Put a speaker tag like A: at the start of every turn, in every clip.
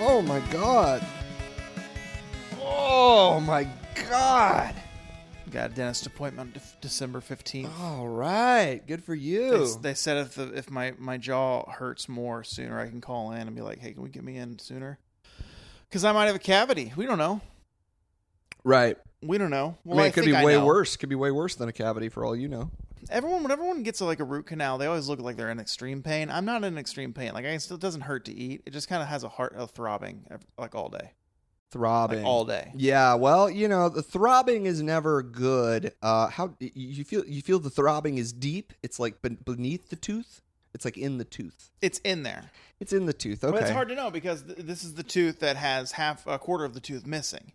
A: Oh, Oh, God.
B: Got a dentist appointment on Def- December 15th.
A: All right. Good for
B: They,
A: you.
B: s- they said if the, if my, my jaw hurts more sooner, I can call in and be like, hey, can we get me in sooner? Because I might have a cavity. We don't know.
A: right.
B: We don't know. Well,
A: I mean, it could be
B: think I
A: way
B: know.
A: worse. Could be way worse than a cavity for all you know.
B: Everyone, when everyone gets like a root canal, they always look like they're in extreme pain. I'm not in extreme pain. Like, I it still doesn't hurt to eat. It just kind of has a heart of throbbing, ev- like all day,
A: Throbbing
B: like all day.
A: Yeah, well, you know, the throbbing is never good. Uh, how y- you feel? You feel the throbbing is deep. It's like ben- beneath the tooth. It's like in the tooth.
B: It's in there.
A: It's in the tooth.
B: But
A: Okay.
B: it's hard to know because th- this is the tooth that has half a quarter of the tooth missing.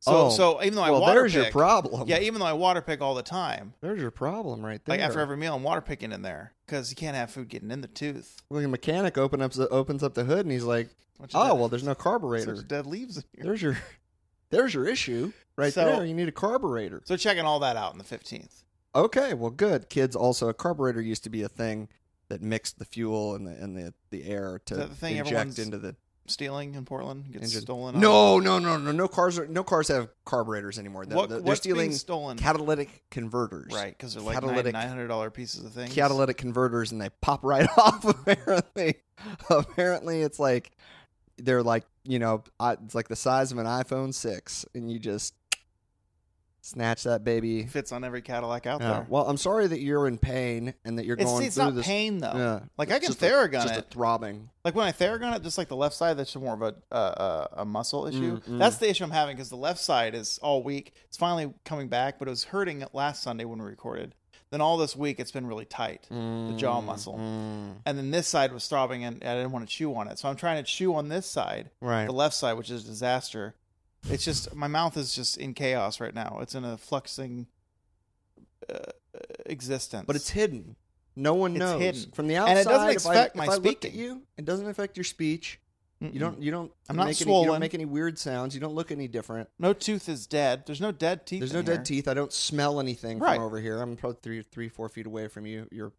B: So,
A: Oh.
B: so even though I
A: well,
B: water
A: there's your
B: pick-
A: problem.
B: yeah, even though I water pick all the time,
A: there's your problem right there.
B: like after every meal, I'm water picking in there because you can't have food getting in the tooth.
A: Like a mechanic open up, opens up the hood and he's like,
B: Bunch of
A: "Oh,
B: dead-
A: well, there's no
B: bunch
A: carburetor.
B: of dead leaves in here.
A: There's your, there's your issue right
B: So-
A: there. You need a carburetor."
B: So checking all that out on the 15th.
A: Okay, well, good kids. Also, a carburetor used to be a thing that mixed the fuel and the and the, the air to
B: Is that the thing everyone's-
A: inject into the
B: Stealing in Portland gets
A: Engine.
B: stolen.
A: No, no, no, no, no cars are no cars have carburetors anymore. They're,
B: what,
A: they're
B: what's
A: stealing
B: being stolen?
A: catalytic converters,
B: Right, because they're like
A: Catalytic-
B: nine hundred dollar pieces of things.
A: Catalytic converters, and they pop right off. Apparently, apparently, it's like they're like you know, I- it's like the size of an iPhone six, and you just snatch that baby.
B: fits on every Cadillac out
A: Yeah.
B: there.
A: Well, I'm sorry that you're in pain and that you're
B: It's,
A: going
B: it's
A: through
B: not
A: this.
B: pain though.
A: Yeah,
B: Like, I
A: It's
B: can
A: just a-
B: Theragun
A: just a
B: it.
A: throbbing.
B: Like when I theragun it, just like the left side, that's more of a uh, uh, a muscle issue.
A: Mm, mm.
B: That's the issue I'm having because the left side is all weak. It's finally coming back, but it was hurting it last Sunday when we recorded. Then all this week, it's been really tight, jaw
A: Mm,
B: muscle.
A: mm.
B: and then this side was throbbing, and I didn't want to chew on it, so I'm trying to chew on this side,
A: Right.
B: the left side, which is a disaster. It's just my mouth is just in chaos right now. It's in a fluxing uh, existence.
A: but it's hidden. No one
B: It's
A: knows
B: hidden.
A: from the outside.
B: And it doesn't
A: if I-
B: affect
A: if
B: my
A: I looked at
B: speaking.
A: you, it doesn't affect your speech. You don't. You don't.
B: I'm not
A: make any, You
B: swollen.
A: don't make any weird sounds. You don't look any different.
B: No tooth is dead. There's no dead teeth.
A: There's
B: in
A: no
B: here.
A: dead teeth. I don't smell anything
B: Right.
A: from over here. I'm probably three, three, four feet away from you, your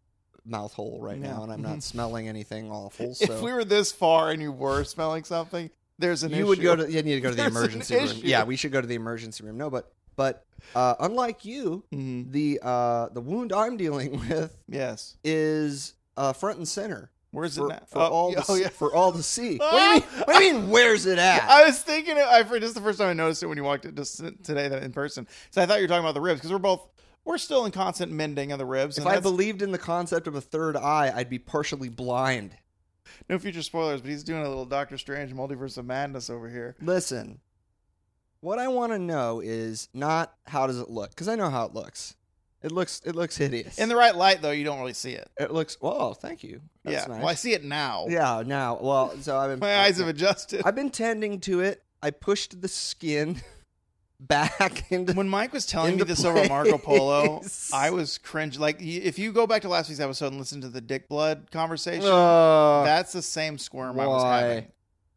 A: mouth hole right
B: Yeah. Mm-hmm.
A: now, and I'm not smelling anything awful. So
B: If we were this far and you were smelling something, there's an
A: you
B: issue.
A: would go to. You need to go to the
B: There's an
A: emergency room.
B: issue.
A: Yeah, we should go to the emergency room. No, but but uh, unlike you,
B: Mhm.
A: the uh, the wound I'm dealing with
B: Yes.
A: is uh, front and center
B: Where's
A: for,
B: it now?
A: for all to
B: oh,
A: see,
B: yeah.
A: for all to see. What do you mean? What do you mean? Where's it at?
B: I was thinking. It, I for just the first time I noticed it when you walked in just today that in person. So I thought you were talking about the ribs because we're both we're still in constant mending of the ribs.
A: If
B: and
A: I
B: that's-
A: believed in the concept of a third eye, I'd be partially blind.
B: no future spoilers, but he's doing a little Doctor Strange multiverse of madness over here.
A: Listen, what I want to know is not how does it look because I know how it looks. It looks it looks hideous.
B: In the right light, though, you don't really see it.
A: it looks. Whoa, thank you. That's
B: yeah.
A: nice.
B: Well, I see it now.
A: yeah. Now, well, so I've been
B: My eyes have adjusted.
A: I've been tending to it. I pushed the skin back into
B: when Mike was telling me
A: into
B: this over Marco Polo,
A: place.
B: I was cringe. Like, y- if you go back to last week's episode and listen to the dick blood conversation,
A: Oh,
B: that's the same squirm I was
A: why?
B: having.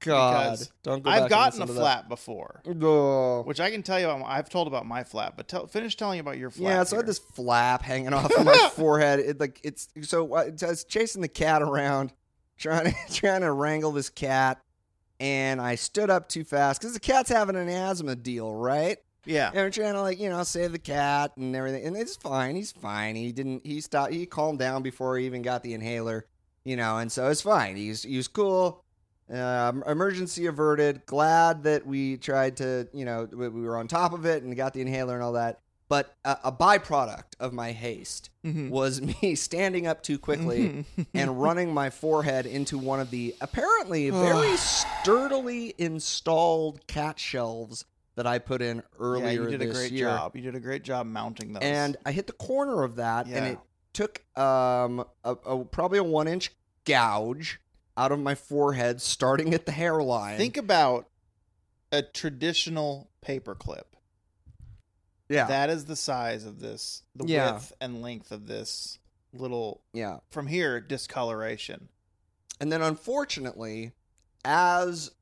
A: God.
B: because
A: Don't go back
B: I've
A: and
B: gotten a
A: listen to that.
B: flap before,
A: Oh.
B: which I can tell you. about- I've told about my flap, but tell, finish telling you about your flap.
A: Yeah, so I
B: here.
A: had this flap hanging off of my forehead. It like it's so I I was chasing the cat around, trying to trying to wrangle this cat, and I stood up too fast because the cat's having an asthma deal, right?
B: yeah.
A: And we're trying to like you know save the cat and everything, and it's fine. He's fine. He didn't. He stopped. He calmed down before he even got the inhaler, you know, and so it's fine. He's he was cool. Uh, emergency averted. Glad that we tried to you know we, we were on top of it and got the inhaler and all that. But a, a byproduct of my haste
B: Mhm.
A: was me standing up too quickly
B: Mhm.
A: and running my forehead into one of the apparently very sturdily installed cat shelves that I put in earlier
B: yeah, you did a
A: this
B: great
A: year.
B: job. You did a great job mounting those.
A: And I hit the corner of that,
B: Yeah.
A: and it took um a, a, probably a one inch gouge out of my forehead, starting at the hairline.
B: think about a traditional paperclip.
A: yeah,
B: That is the size of this, the
A: Yeah.
B: width and length of this little
A: yeah.
B: from here discoloration.
A: And then unfortunately, as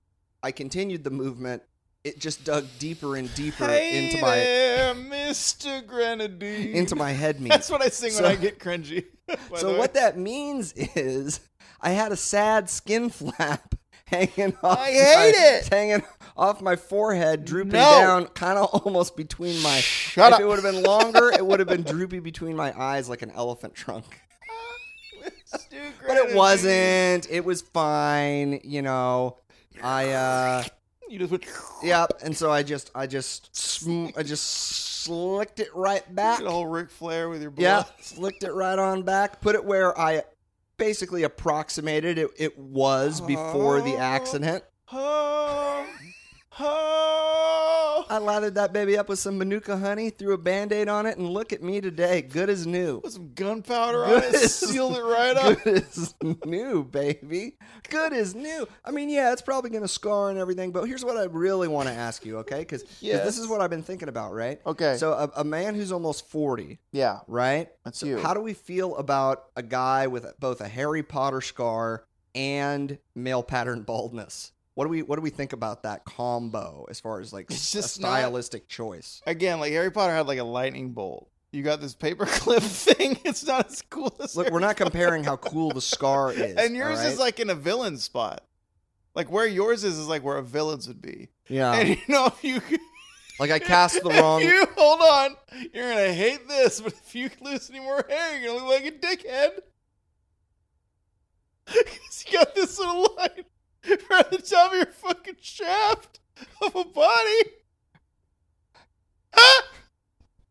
A: I continued the movement, it just dug deeper and deeper into my
B: there, Mr. Grenadine.
A: into my head meat.
B: That's what I sing
A: So-
B: when I get cringy. by
A: so
B: the
A: what that means is I had a sad skin flap hanging off.
B: I
A: my-
B: hate it.
A: Hanging off my forehead, drooping
B: No.
A: down, kind of almost between my.
B: Shut
A: if
B: up.
A: it would have been longer, it would have been droopy between my eyes like an elephant trunk.
B: Stu
A: But
B: Grant is-
A: it wasn't. It was fine. You know, I. uh
B: You just went.
A: Yep. And so I just, I just, sm- I just slicked it right back.
B: Did a whole Ric Flair with your blood.
A: Yeah, slicked it right on back. Put it where I basically approximated it. It was before the
B: Oh.
A: accident.
B: Oh, oh.
A: I lathered that baby up with some manuka honey, threw a band-aid on it, and look at me today, good as new.
B: Put some gunpowder on it,
A: Good.
B: sealed it right up.
A: Good as new, baby. Good as new. I mean, yeah, it's probably gonna scar and everything, but here's what I really want to ask you, okay? Because this
B: Yes.
A: is what I've been thinking about, right?
B: Okay.
A: So a, a man who's almost forty,
B: yeah,
A: right?
B: that's
A: So
B: you.
A: how do we feel about a guy with both a Harry Potter scar and male pattern baldness? What do we what do we think about that combo as far as like
B: It's
A: a
B: just not-
A: stylistic choice?
B: Again, like Harry Potter had like a lightning bolt. You got this paperclip thing. It's not as cool as.
A: Look, we're
B: Harry
A: not comparing how cool the scar is.
B: And yours
A: alright?
B: is like in a villain spot. Like where yours is is like where a villain's would be. and
A: yeah,
B: you know if you
A: like I cast Oh. the wrong.
B: If you hold on, you're gonna hate this, but if you lose any more hair, you're gonna look like a dickhead. 'Cause you got this little line right at the top of your fucking shaft of a body. Ah!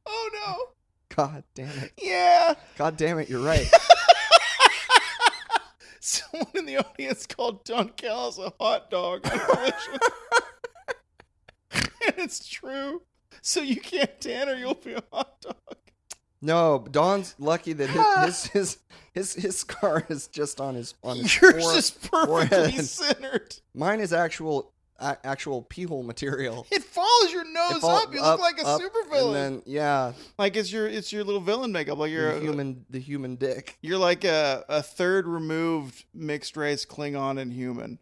B: Oh
A: God damn it!
B: no! Yeah.
A: God damn it! You're right.
B: Someone in the audience called Don Callis a hot dog on collision. and it's true. So you can't tan or you'll be a hot dog.
A: No, Don's lucky that his his his, his, his scar is just on his on his.
B: Yours
A: fore-
B: is perfectly
A: forehead.
B: centered.
A: Mine is actual a- actual pee hole material.
B: It follows your nose
A: It fall-
B: up. You look like a
A: up,
B: supervillain.
A: And then yeah,
B: Like it's your it's your little villain makeup. Like you're
A: the
B: a,
A: human the human dick.
B: you're like a, a third removed mixed race Klingon and human.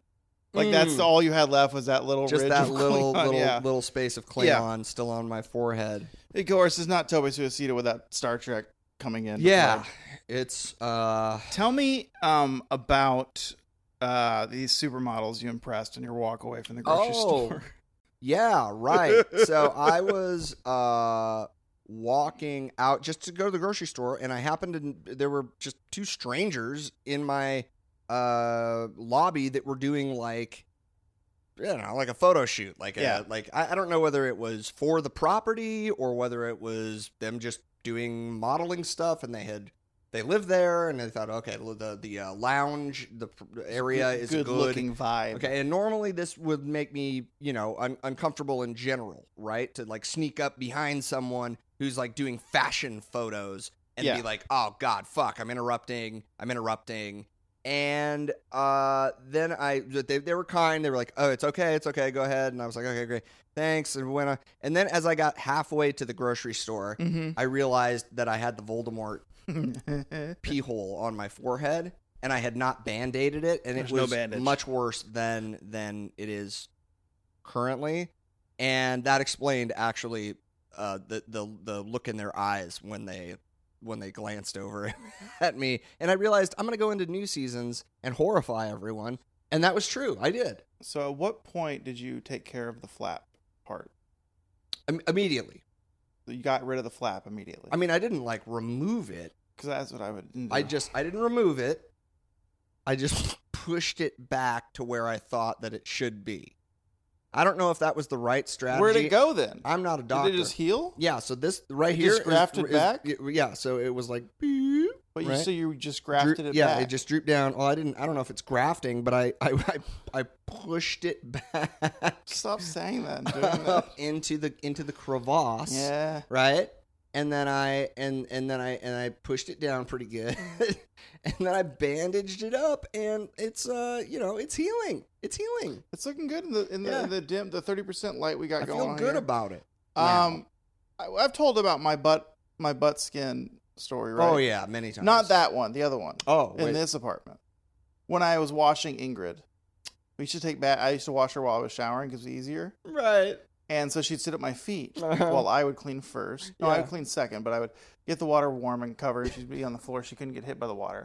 B: Like that's
A: Mm.
B: all you had left was that little
A: just
B: ridge
A: that
B: of
A: little
B: Klingon,
A: little
B: yeah.
A: little space of Klingon
B: Yeah.
A: still on my forehead.
B: Of course, it's not Toby Suicida without Star Trek coming in. to
A: Yeah,
B: play.
A: it's uh
B: Tell me um, about uh, these supermodels you impressed on your walk away from the grocery
A: Oh.
B: store.
A: yeah right. so I was uh walking out just to go to the grocery store, and I happened to there were just two strangers in my uh lobby that were doing like you know like a photo shoot like
B: Yeah.
A: a, like I, I don't know whether it was for the property or whether it was them just doing modeling stuff and they had they lived there and they thought okay well, the the uh, lounge the pr- area is good,
B: looking vibe.
A: okay and normally this would make me you know un- uncomfortable in general right to like sneak up behind someone who's like doing fashion photos and
B: Yeah.
A: be like oh god fuck i'm interrupting i'm interrupting and uh, then I they, they were kind. They were like, "Oh, it's okay, it's okay, go ahead." And I was like, "Okay, great, thanks." And when I, and then as I got halfway to the grocery store, I realized that I had the Voldemort
B: Mm-hmm.
A: pee hole on my forehead, and I had not band-aided it, and
B: There's
A: it
B: no
A: was
B: bandage.
A: much worse than than it is currently, and that explained actually uh, the the the look in their eyes when they when they glanced over at me, and I realized I'm gonna go into new seasons and horrify everyone, and that was true. I did
B: So, at what point did you take care of the flap part?
A: Im- immediately.
B: You got rid of the flap immediately.
A: I mean, I didn't like remove it.
B: because that's what I would. Do.
A: I just I didn't remove it. I just pushed it back to where I thought that it should be. I don't know if that was the right strategy.
B: where'd it go then?
A: I'm not a doctor.
B: Did it just heal?
A: yeah, so this right
B: It
A: here
B: just
A: is-
B: grafted
A: is-
B: back?
A: Yeah, so it was like beep,
B: But you
A: right?
B: so you just grafted
A: droop-
B: it
A: yeah,
B: back.
A: it just drooped down. Well, I didn't. I don't know if it's grafting, but I I I, I pushed it back
B: Stop saying that. And doing that.
A: up into the into the crevasse
B: yeah.
A: right? And then I and and then I and I pushed it down pretty good, and then I bandaged it up, and it's uh you know it's healing, it's healing.
B: It's looking good in the in the,
A: Yeah.
B: the dim the thirty percent light we got
A: I
B: going.
A: feel
B: on
A: good
B: here.
A: about it. now.
B: Um, I, I've told about my butt my butt skin story, right?
A: Oh yeah, many times.
B: not that one, the other one
A: Oh
B: in
A: wait.
B: this apartment. When I was washing Ingrid, we used to take bath. I used to wash her while I was showering because it was easier.
A: right.
B: And so she'd sit at my feet
A: Uh-huh.
B: while I would clean first. No, I
A: Yeah.
B: would clean second, but I would get the water warm and covered. She'd be on the floor. She couldn't get hit by the water.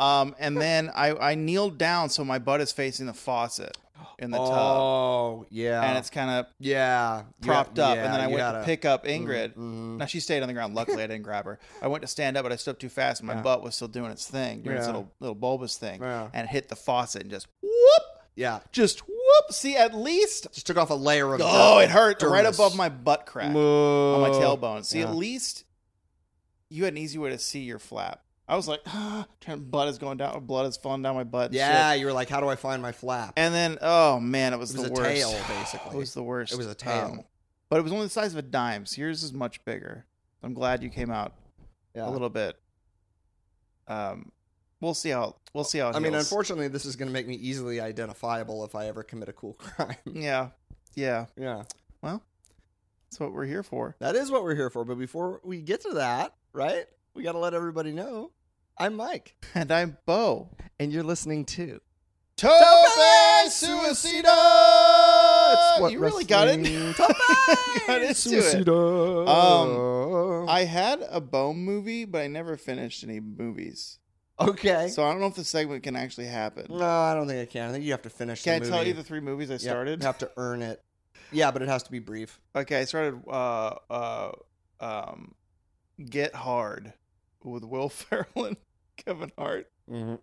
B: Um, and then I, I kneeled down so my butt is facing the faucet in the tub.
A: oh, yeah.
B: And it's kind of
A: yeah. you-
B: propped up.
A: yeah,
B: and then I
A: you
B: went
A: gotta-
B: to pick up Ingrid.
A: Mhm.
B: Now she stayed on the ground. Luckily, I didn't grab her. I went to stand up, but I stood up too fast, and my
A: Yeah.
B: butt was still doing its thing, doing its
A: Yeah.
B: little little bulbous thing,
A: Yeah.
B: and it hit the faucet and just whoop,
A: Yeah.
B: just whoop. See, at least
A: Just took off a layer of.
B: oh, it hurt right
A: dermis.
B: above my butt crack on my tailbone. See,
A: Yeah.
B: at least you had an easy way to see your flap. I was like, ah, trying, blood is going down, blood is falling down my butt. and
A: Yeah,
B: shit.
A: you were like, how do I find my flap?
B: and then oh man, it was,
A: It was a
B: the worst.
A: tail, basically.
B: it was the worst. Um,
A: It was a tail.
B: but it was only the size of a dime. So yours is much bigger. I'm glad you came out
A: yeah.
B: a little bit. Um, we'll see how we'll see how. It
A: I mean,
B: heals.
A: unfortunately, this is going to make me easily identifiable if I ever commit a cool crime.
B: yeah, yeah,
A: yeah.
B: that's what we're here for.
A: That is what we're here for. But before we get to that, right, we got to let everybody know I'm Mike.
B: And I'm Bo.
A: And you're listening to.
B: Tope
A: That's
B: Suicida. You really got
A: wrestling-
B: it. got into it.
A: Suicida. Um,
B: I had a Bone movie, but I never finished any movies,
A: okay.
B: so I don't know if the segment can actually happen.
A: no, I don't think I can. I think you have to finish
B: Can I
A: the movie.
B: tell you the three movies I
A: Yep,
B: started?
A: You have to earn it. Yeah, but it has to be brief.
B: Okay, I started uh uh um Get Hard with Will Ferrell and Kevin Hart,
A: Mm-hmm.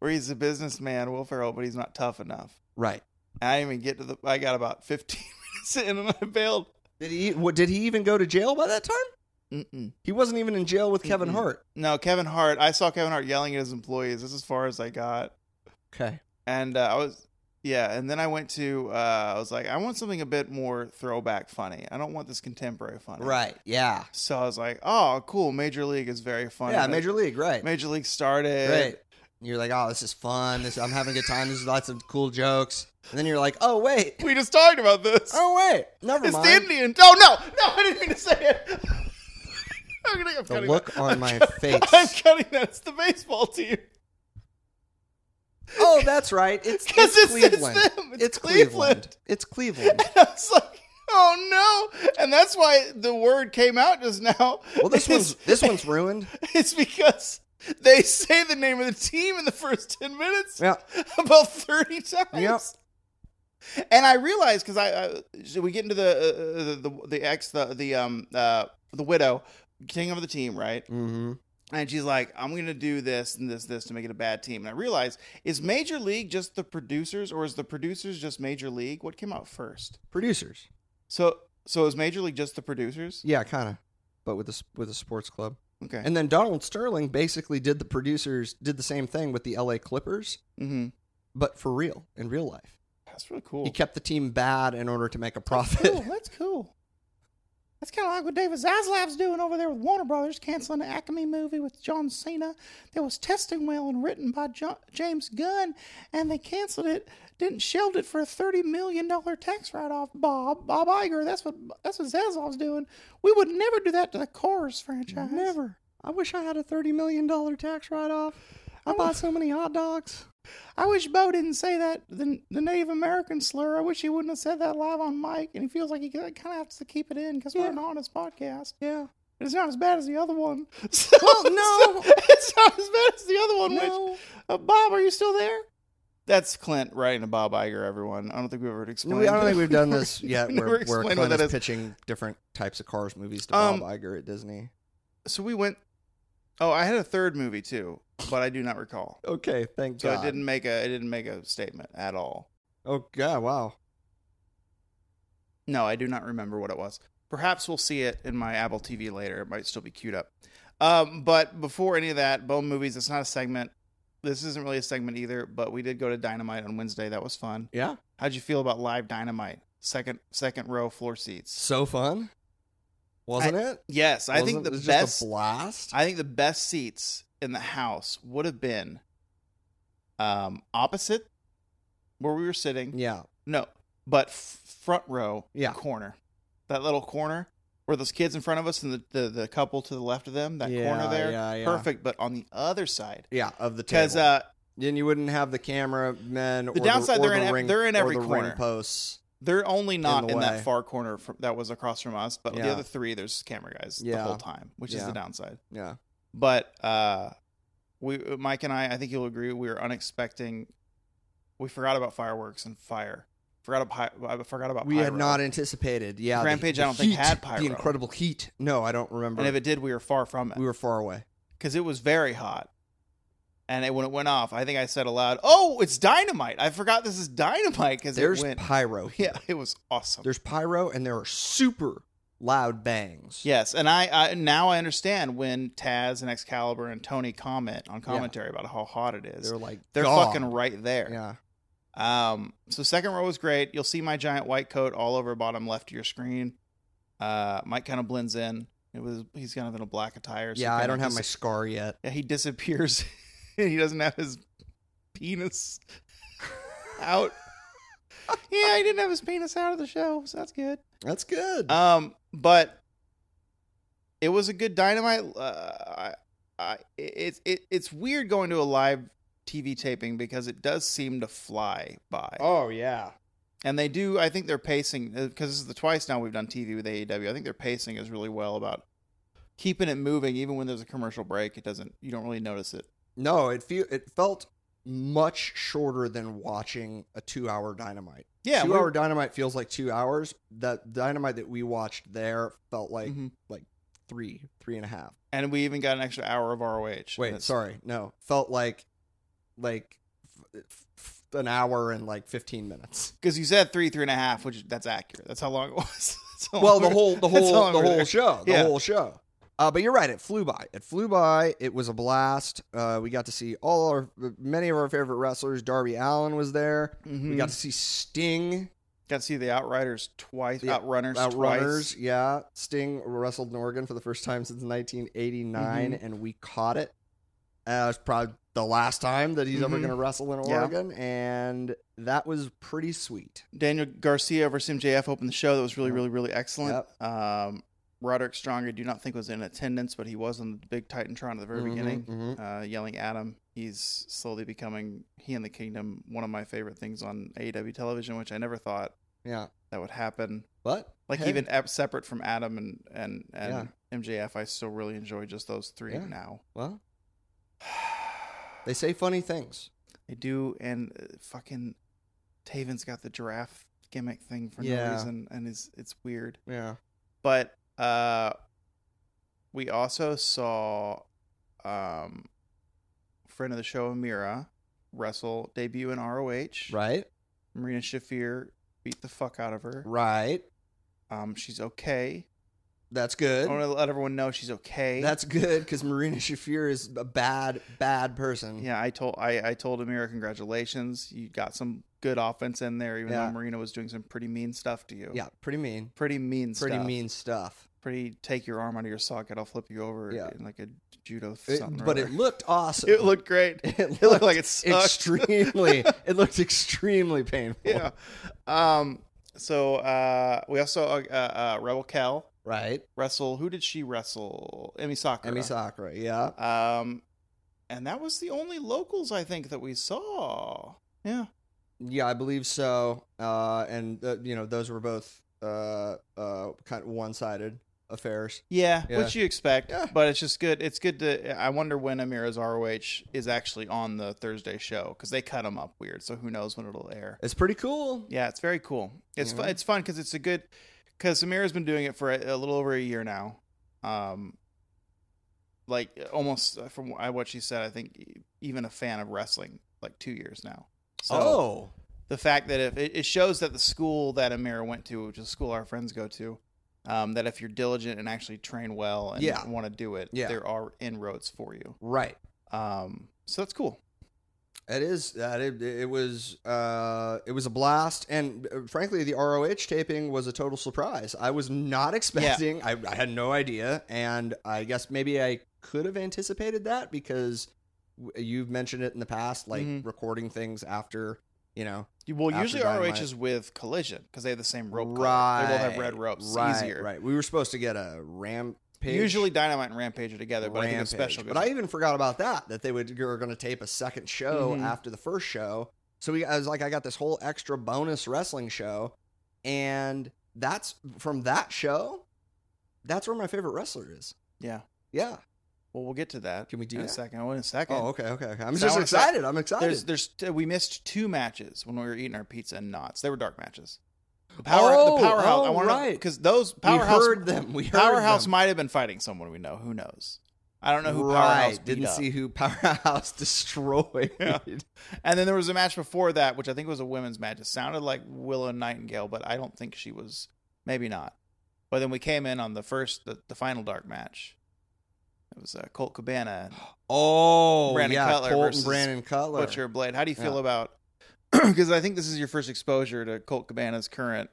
B: where he's a businessman, Will Ferrell, but he's not tough enough.
A: Right.
B: And I didn't even get to the I got about 15 minutes in and I bailed.
A: Did he? What, did he even go to jail by that time?
B: Mm-mm.
A: He wasn't even in jail with Kevin
B: Mm-mm.
A: Hart.
B: No, Kevin Hart, I saw Kevin Hart yelling at his employees. This is as far as I got.
A: Okay.
B: And uh, I was yeah, and then I went to uh I was like I want something a bit more throwback funny. I don't want this contemporary funny.
A: Right. Yeah.
B: So I was like, "Oh, cool. Major League is very funny."
A: Yeah.
B: That-
A: Major League. Right.
B: Major League started.
A: Right. And you're like, oh, this is fun. This I'm having a good time. There's lots of cool jokes. And then you're like, oh wait,
B: We just talked about this.
A: oh wait, never
B: it's the
A: mind.
B: Indian. Oh no, no, I didn't mean to say it. I'm gonna, I'm
A: The
B: cutting
A: look
B: that.
A: on
B: I'm
A: my
B: cut-
A: face.
B: I'm cutting that. It's the baseball team.
A: oh, that's right. It's,
B: 'Cause
A: it's
B: it's- it's
A: Cleveland.
B: them. It's Cleveland.
A: It's Cleveland.
B: And I was like, oh no, and that's why the word came out just now.
A: Well, this one's this one's ruined.
B: It's because they say the name of the team in the first ten minutes.
A: Yeah.
B: about 30 times.
A: Yep.
B: And I realized because I, I so we get into the, uh, the the the ex the the um uh the widow king of the team right
A: Mm-hmm.
B: and she's like I'm gonna do this and this this to make it a bad team and I realized is Major League just the producers or is the producers just Major League what came out first
A: Producers.
B: so so is Major League just the producers
A: Yeah, kind of. But with the with a sports club.
B: okay
A: And then Donald Sterling basically did the producers did the same thing with the LA Clippers,
B: mm-hmm.
A: but for real in real life.
B: that's really cool
A: He kept the team bad in order to make a
B: That's cool.
A: profit.
B: That's cool. That's kind of like what David Zaslav's doing over there with Warner Brothers, canceling the Acme movie with John Cena that was testing well and written by jo- James Gunn, and they canceled it, didn't shelved it for a thirty million dollar tax write off. Bob Bob Iger, that's what that's what Zaslav's doing. We would never do that to the Cars franchise.
A: Never. I wish I had a thirty million dollar tax write off. I
B: Oh.
A: bought so many hot dogs.
B: I wish Bo didn't say that the, the Native American slur. I wish he wouldn't have said that live on mic. And he feels like he kind of has to keep it in because we're
A: Yeah.
B: an honest podcast.
A: Yeah.
B: It's not as bad as the other one. So-
A: Well, no.
B: so it's not as bad as the other one. Which,
A: No.
B: uh, Bob, are you still there? That's Clint writing to Bob Iger. Everyone, I don't think we've ever explained.
A: I don't think we've done this yet.
B: Never
A: Where, where
B: explained
A: Clint
B: what that
A: is
B: is.
A: pitching different types of cars movies to
B: Um,
A: Bob Iger at Disney.
B: So we went. Oh, I had a third movie too, but I do not recall.
A: Okay, thank
B: So
A: God.
B: I didn't make a. I didn't make a statement at all.
A: Oh God, wow.
B: No, I do not remember what it was. Perhaps we'll see it in my Apple TV later. It might still be queued up. Um, but before any of that, Bone Movies, it's not a segment. This isn't really a segment either, but we did go to Dynamite on Wednesday. That was fun.
A: Yeah.
B: How'd you feel about live Dynamite? Second second row floor seats.
A: So fun. Wasn't it?
B: Yes, I think
A: Wasn't-
B: the
A: it was
B: best
A: just a blast.
B: I think the best seats in the house would have been um opposite where we were sitting.
A: yeah.
B: No, but f- front row
A: Yeah.
B: corner. That little corner where those kids in front of us and the, the, the couple to the left of them, that corner
A: Yeah,
B: there.
A: yeah, yeah.
B: Perfect, but on the other side.
A: Yeah, of the table.
B: Because uh,
A: then you wouldn't have the camera men. or The
B: downside,
A: or
B: they're
A: the
B: in ev-
A: ring,
B: they're in
A: or
B: every
A: the ring
B: corner.
A: posts.
B: They're only not in,
A: the way.
B: that far corner from, that was across from us, but the
A: Yeah.
B: other three, there's camera guys
A: Yeah.
B: the whole time, which is
A: Yeah.
B: the downside.
A: Yeah,
B: But uh, we Mike and I, I think you'll agree, we were unexpecting. We forgot about fireworks and fire. Forgot about forgot about.
A: We had
B: pyro.
A: not anticipated. Yeah,
B: Rampage,
A: The,
B: I
A: the
B: don't think,
A: heat,
B: had pyro.
A: The incredible heat. No, I don't remember.
B: And if it did, we were far from it
A: we were far away.
B: because it was very hot. And it, when it went off, I think I said aloud, "Oh, it's dynamite!" I forgot this is dynamite because it
A: There's
B: went.
A: pyro. here.
B: yeah, it was awesome.
A: There's pyro, and there are super loud bangs.
B: Yes, and I, I now I understand when Taz and Excalibur and Tony comment on commentary about how hot it is.
A: they're like
B: They're
A: "God."
B: fucking right there.
A: Yeah,
B: Um, so second row was great. You'll see my giant white coat all over bottom left of your screen. Uh, Mike kind of blends in. It was he's kind of in a black attire. so
A: yeah.
B: kind
A: I
B: of
A: don't have my
B: dis-
A: scar yet.
B: Yeah, he disappears. he doesn't have his penis out. yeah, he didn't have his penis out of the show, so that's good.
A: That's good.
B: Um, but it was a good dynamite. Uh, I, I, it, it, it's weird going to a live TV taping because it does seem to fly by.
A: oh yeah. and
B: And they do. I think they're pacing because this is the twice now we've done TV with AEW. I think their pacing is really well about keeping it moving, even when there's a commercial break. It doesn't. You don't really notice it.
A: No, it feel it felt much shorter than watching a two-hour Dynamite.
B: Yeah, we-
A: two-hour Dynamite feels like two hours. That Dynamite that we watched there felt like
B: Mhm.
A: three, three and a half.
B: and we even got an extra hour of ROH.
A: Wait,
B: That's-
A: sorry, no, felt like like f- f- an hour and like fifteen minutes.
B: because you said three, three and a half, which that's accurate. That's how long it was. That's how
A: Well,
B: long
A: the
B: we-
A: whole the
B: Oh, That's how
A: whole
B: long
A: the
B: we were
A: whole
B: there.
A: show, the
B: Yeah.
A: whole show. Uh, but you're right; it flew by. It flew by. It was a blast. Uh, we got to see all our many of our favorite wrestlers. Darby Allen was there.
B: Mhm.
A: We got to see Sting.
B: Got to see the Outriders twice,
A: The
B: Outrunners
A: Outrunners,
B: twice.
A: yeah. Sting wrestled in Oregon for the first time since 1989,
B: Mm-hmm.
A: and we caught it. Uh, it's probably the last time that he's ever
B: Mhm.
A: going to wrestle in
B: Yeah.
A: Oregon, and that was pretty sweet.
B: Daniel Garcia versus MJF opened the show. That was really,
A: Yep.
B: really, really excellent. Um, Roderick Strong, I do not think was in attendance, but he was on the big Titantron at the very
A: Mhm,
B: beginning,
A: mhm.
B: uh, yelling at him. He's slowly becoming he and the Kingdom one of my favorite things on AEW television, which I never thought
A: Yeah,
B: that would happen.
A: but
B: Like
A: hey,
B: even ep- separate from Adam and and and MJF, I still really enjoy just those three
A: Yeah.
B: now.
A: well, they say funny things.
B: They do, and uh, fucking Taven's got the giraffe gimmick thing for
A: Yeah.
B: no reason, and it's it's weird.
A: Yeah,
B: But uh, we also saw um, friend of the show Amira wrestle debut in ROH.
A: right,
B: Marina Shafir beat the fuck out of her.
A: right.
B: Um, she's okay.
A: That's good.
B: I want to let everyone know she's okay.
A: That's good because Marina Shafir is a bad, bad person.
B: Mm-hmm. Yeah, I told I, I told Amira, congratulations, you got some good offense in there, even
A: Yeah.
B: though Marina was doing some pretty mean stuff to you.
A: yeah, pretty mean.
B: pretty mean,
A: Pretty
B: stuff.
A: mean stuff.
B: pretty. Take your arm out of your socket, I'll flip you over
A: Yeah.
B: in like a judo
A: It-
B: something. or
A: but it
B: other.
A: looked awesome.
B: it looked great. It
A: It looked,
B: looked like it sucked.
A: extremely. it looked extremely painful.
B: yeah. Um. So uh, we also uh, uh, Rebel Cal
A: Right.
B: wrestle. Who did she wrestle? Emmy Sakura.
A: Emi Sakura. Yeah.
B: Um, and that was the only locals I think that we saw. Yeah.
A: Yeah, I believe so. Uh, and uh, you know, those were both uh, uh, kind of one-sided affairs.
B: Yeah,
A: Yeah.
B: which you expect,
A: Yeah.
B: but it's just good. It's good to. I wonder when Amira's ROH is actually on the Thursday show because they cut them up weird. So who knows when it'll air?
A: It's pretty cool.
B: Yeah, it's very cool. It's
A: Yeah.
B: fun. It's fun because it's a good because Amira's been doing it for a, a little over a year now. Um, like almost uh, from wh- what she said, I think e- even a fan of wrestling like two years now. So
A: oh,
B: the fact that if it, it shows that the school that Amira went to, which is a school our friends go to, um, that if you're diligent and actually train well and
A: Yeah.
B: want to do it,
A: Yeah.
B: there are inroads for you.
A: right.
B: Um, so that's cool.
A: It is that it, it was uh, it was a blast, and uh, frankly, the ROH taping was a total surprise. I was not expecting. I, I had no idea, and I guess maybe I could have anticipated that because w- you've mentioned it in the past, like
B: Mhm.
A: recording things after you know
B: Well,
A: After
B: usually
A: Dynamite.
B: ROH is with Collision because they have the same rope. color.
A: Right.
B: They both have red ropes.
A: Right.
B: Easier.
A: Right. We were supposed to get a rampage.
B: Usually Dynamite and Rampage are together, but I think
A: rampage.
B: it's special.
A: But I even forgot about that. That they would were going to tape a second show
B: Mhm.
A: after the first show. So we, I was like, I got this whole extra bonus wrestling show, and that's from that show. That's where my favorite wrestler is.
B: yeah.
A: Yeah.
B: Well, we'll get to that.
A: Can we do
B: in a
A: that?
B: second? Oh, in a second.
A: Oh, okay, okay, okay. I'm
B: So I
A: just
B: wanna say-
A: excited. I'm excited.
B: There's, there's, uh, we missed two matches when we were eating our pizza and knots. They were dark matches. The power,
A: Oh,
B: the powerhouse. I
A: oh,
B: want to
A: right.
B: because those
A: we
B: powerhouse,
A: heard them. We heard
B: powerhouse
A: them.
B: might have been fighting someone we know. Who knows? I don't know who powerhouse
A: right.
B: beat
A: Didn't
B: up.
A: see who powerhouse destroyed.
B: Yeah. And then there was a match before that, which I think was a women's match. It sounded like Willow Nightingale, but I don't think she was. Maybe not. But then we came in on the first, the, the final dark match. It was uh, Colt Cabana,
A: Oh,
B: Brandon
A: yeah,
B: Cutler
A: Colt
B: versus
A: and Brandon Cutler.
B: Butcher Blade. How do you feel
A: Yeah.
B: about? Because I think this is your first exposure to Colt Cabana's current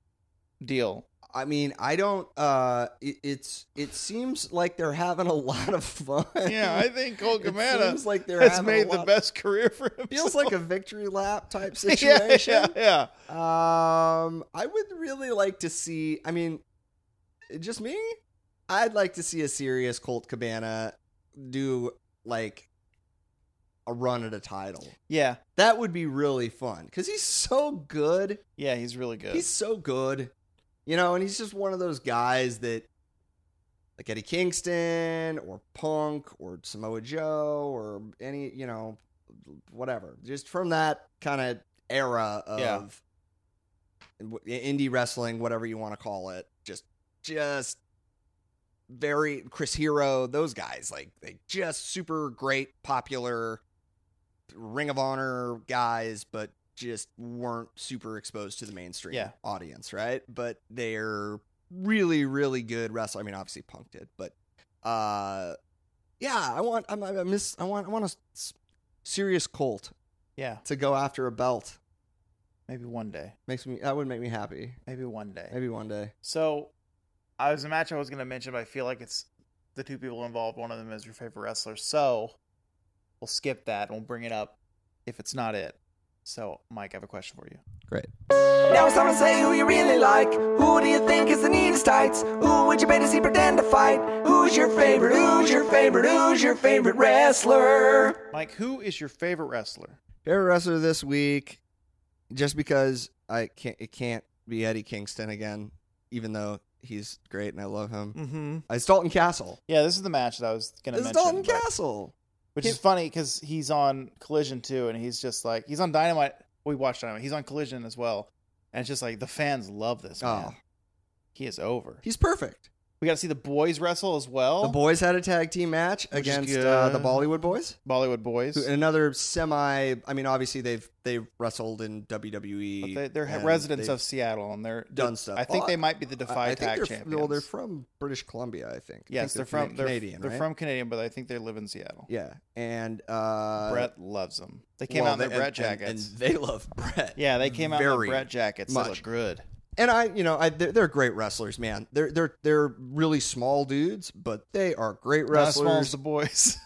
B: deal.
A: I mean, I don't. Uh, it, it's it seems like they're having a lot of fun.
B: Yeah, I think Colt
A: it
B: Cabana
A: seems like they're
B: has
A: having
B: made
A: a
B: the
A: lot-
B: best career for him.
A: Feels like a victory lap type
B: yeah,
A: situation.
B: yeah, yeah.
A: Um, I would really like to see. I mean, just me. I'd like to see a serious Colt Cabana do like a run at a title.
B: yeah,
A: That would be really fun because he's so good.
B: yeah. He's really good.
A: He's so good, you know, and he's just one of those guys that, like Eddie Kingston or Punk or Samoa Joe or any, you know, whatever. Just from that kind of era
B: Yeah.
A: of w- indie wrestling, whatever you want to call it. Just, just very Chris Hero, those guys, like they just super great, popular Ring of Honor guys, but just weren't super exposed to the mainstream
B: Yeah.
A: audience, right? But they're really, really good wrestler. I mean, obviously Punk did, but uh, yeah, I want, I'm, I miss, I want, I want a s- serious Colt
B: yeah,
A: to go after a belt.
B: maybe one day.
A: Makes me, that would make me happy.
B: Maybe one day.
A: Maybe one day.
B: So, I was a match I was going to mention, but I feel like it's the two people involved. One of them is your favorite wrestler, so we'll skip that and we'll bring it up if it's not it. So, Mike, I have a question for you.
A: Great.
C: Now it's time to say who you really like. Who do you think is the neatest tights? Who would you bet to see pretend to fight? Who's your favorite? Who's your favorite? Who's your favorite wrestler?
B: Mike, who is your favorite wrestler?
A: Favorite wrestler this week, just because I can't, it can't be Eddie Kingston again, even though he's great and I love him.
B: Mm-hmm.
A: It's Dalton Castle.
B: Yeah, this is the match that I was going to
A: It's
B: mention.
A: Dalton
B: but-
A: Castle.
B: Which is funny because he's on Collision too, and he's just like he's on Dynamite. We watched Dynamite. He's on Collision as well, and it's just like the fans love this. Man.
A: Oh,
B: He is over.
A: he's perfect.
B: We got to see the boys wrestle as well.
A: The boys had a tag team match
B: Oh. Which is
A: against uh, the
B: good.
A: Bollywood boys.
B: Bollywood boys.
A: Who- Another semi. I mean, obviously they've they've wrestled in WWE.
B: But they, they're
A: and
B: residents
A: they've
B: of Seattle, and they're
A: done stuff.
B: I think
A: Well,
B: they might be the Defy
A: I- I think
B: Tag
A: they're,
B: champions.
A: Well, they're from British Columbia, I think. I
B: yes, they're,
A: think
B: from
A: Cana-
B: they're,
A: Canadian.
B: They're
A: right?
B: from Canadian, but I think they live in Seattle.
A: Yeah, and uh,
B: Brett loves them. They came
A: well,
B: out
A: they-
B: in their Brett
A: and- and-
B: jackets.
A: and they love Brett.
B: yeah, they came out in their
A: very
B: Brett jackets.
A: much.
B: They look good.
A: and I, you know, I they're, they're great wrestlers, man. They're they're they're really small dudes, but they are great
B: Not as small as
A: wrestlers.
B: the boys.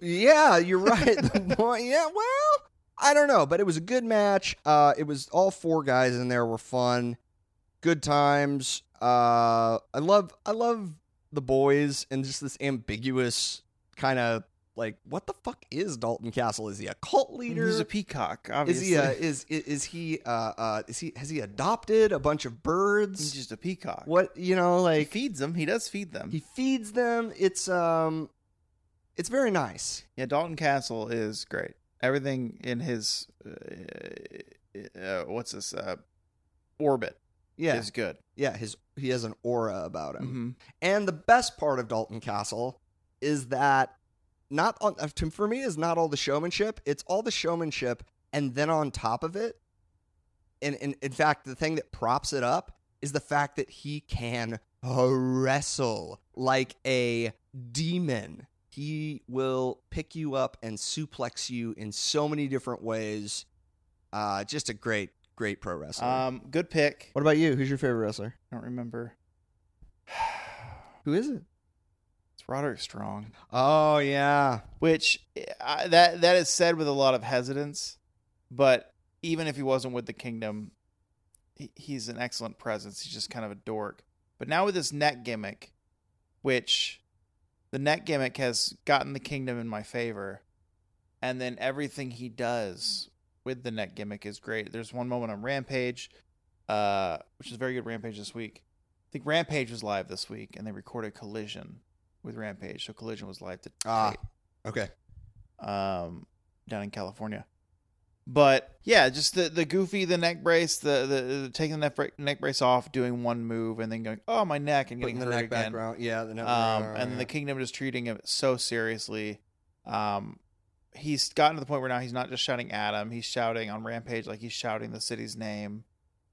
A: Yeah, you're right. The boy- yeah, well, I don't know, but it was a good match. Uh, it was all four guys in there were fun, good times. Uh, I love I love the boys and just this ambiguous kind of like what the fuck is Dalton Castle? Is he a cult leader?
B: He's a peacock.
A: is
B: Obviously,
A: he a, is is is he uh, uh is he has he adopted a bunch of
B: he's
A: birds?
B: just a peacock.
A: What you know
B: he
A: like
B: feeds them? He does feed them.
A: he feeds them. It's um, it's very nice.
B: yeah, Dalton Castle is great. Everything in his uh, uh, what's this uh, orbit
A: Yeah,
B: is good.
A: yeah. His he has an aura about him.
B: Mhm.
A: And the best part of Dalton Castle is that not on, uh, to- for me is not all the showmanship. It's all the showmanship, and then on top of it, and, and in fact, the thing that props it up is the fact that he can wrestle like a demon. He will pick you up and suplex you in so many different ways. Uh, just a great, great pro wrestler.
B: Um, good pick.
A: what about you? Who's your favorite wrestler?
B: I don't remember.
A: Who is it?
B: It's Roderick Strong,
A: Oh yeah,
B: which eh, I, that that is said with a lot of hesitance, but even if he wasn't with the kingdom, he, he's an excellent presence. He's just kind of a dork. But now with this net gimmick, which the net gimmick has gotten the kingdom in my favor, and then everything he does with the net gimmick is great. There's one moment on Rampage, uh, which is a very good Rampage this week. I think Rampage was live this week, and they recorded Collision. with Rampage, so Collision was live to
A: Ah, okay.
B: um, down in California. But yeah, just the, the goofy, the neck brace, the, the, the taking the neck, bra- neck brace off, doing one move, and then going, oh, my neck, and getting
A: Putting the
B: hurt
A: neck
B: again.
A: background. Yeah, the neck
B: Um,
A: background,
B: and the kingdom is treating him so seriously. Um, he's gotten to the point where now he's not just shouting at him; he's shouting on Rampage like he's shouting the city's name.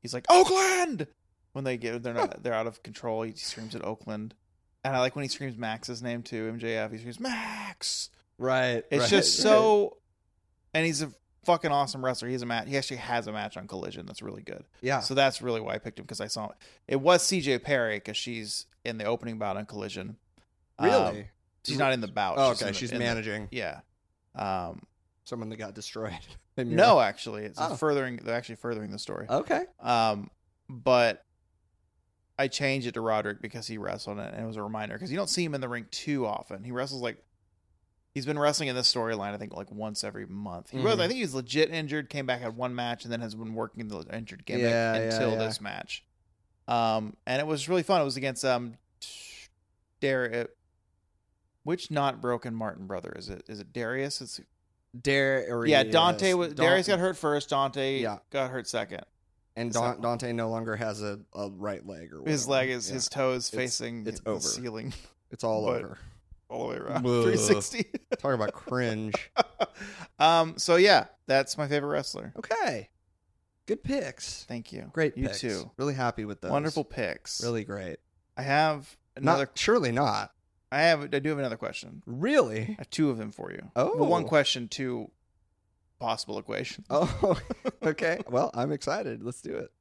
B: He's like Oakland when they get they're not they're out of control. He screams at Oakland, and I like when he screams Max's name too. MJF he screams Max.
A: right.
B: It's
A: right,
B: just
A: right.
B: so, and he's a fucking awesome wrestler. He's a match. He actually has a match on Collision that's really good.
A: Yeah.
B: So that's really why I picked him because I saw it was CJ Perry because she's in the opening bout on Collision. Um,
A: really.
B: she's not in the bout.
A: oh,
B: in
A: okay.
B: the-
A: She's
B: in the-
A: managing
B: yeah. Um,
A: someone that got destroyed. And you're
B: no, actually, it's
A: Oh.
B: furthering. They're actually furthering the story.
A: like, okay.
B: Um, but I changed it to Roderick because he wrestled it, and it was a reminder because you don't see him in the ring too often. He wrestles like he's been wrestling in this storyline. I think like once every month. He was.
A: Mhm.
B: I think he was legit injured. Came back had one match, and then has been working the injured gimmick
A: Yeah, yeah,
B: until
A: yeah.
B: this match. Um, and it was really fun. It was against um, Darius. Which not broken Martin brother is it? Is it Darius? It's
A: Darius.
B: yeah. Dante was
A: Dan-
B: Darius got hurt first. Dante
A: Yeah.
B: got hurt second.
A: and
B: so-
A: Dan- Dante no longer has a, a right leg or
B: His
A: whatever.
B: leg is
A: Yeah.
B: his
A: It's-
B: toes facing
A: it's
B: the
A: over.
B: ceiling
A: It's all
B: but-
A: over.
B: all the way around.
A: Whoa.
B: 360.
A: Talking about cringe.
B: um, so yeah, that's my favorite wrestler.
A: Okay. Good picks.
B: Thank you.
A: Great.
B: You
A: picks.
B: too.
A: Really happy with those.
B: Wonderful picks.
A: Really great.
B: I have another
A: Not surely not.
B: I have I do have another question.
A: Really?
B: I have two of them for you.
A: Oh.
B: Well, one question, two possible equations.
A: Oh, okay. Well, I'm excited. Let's do it.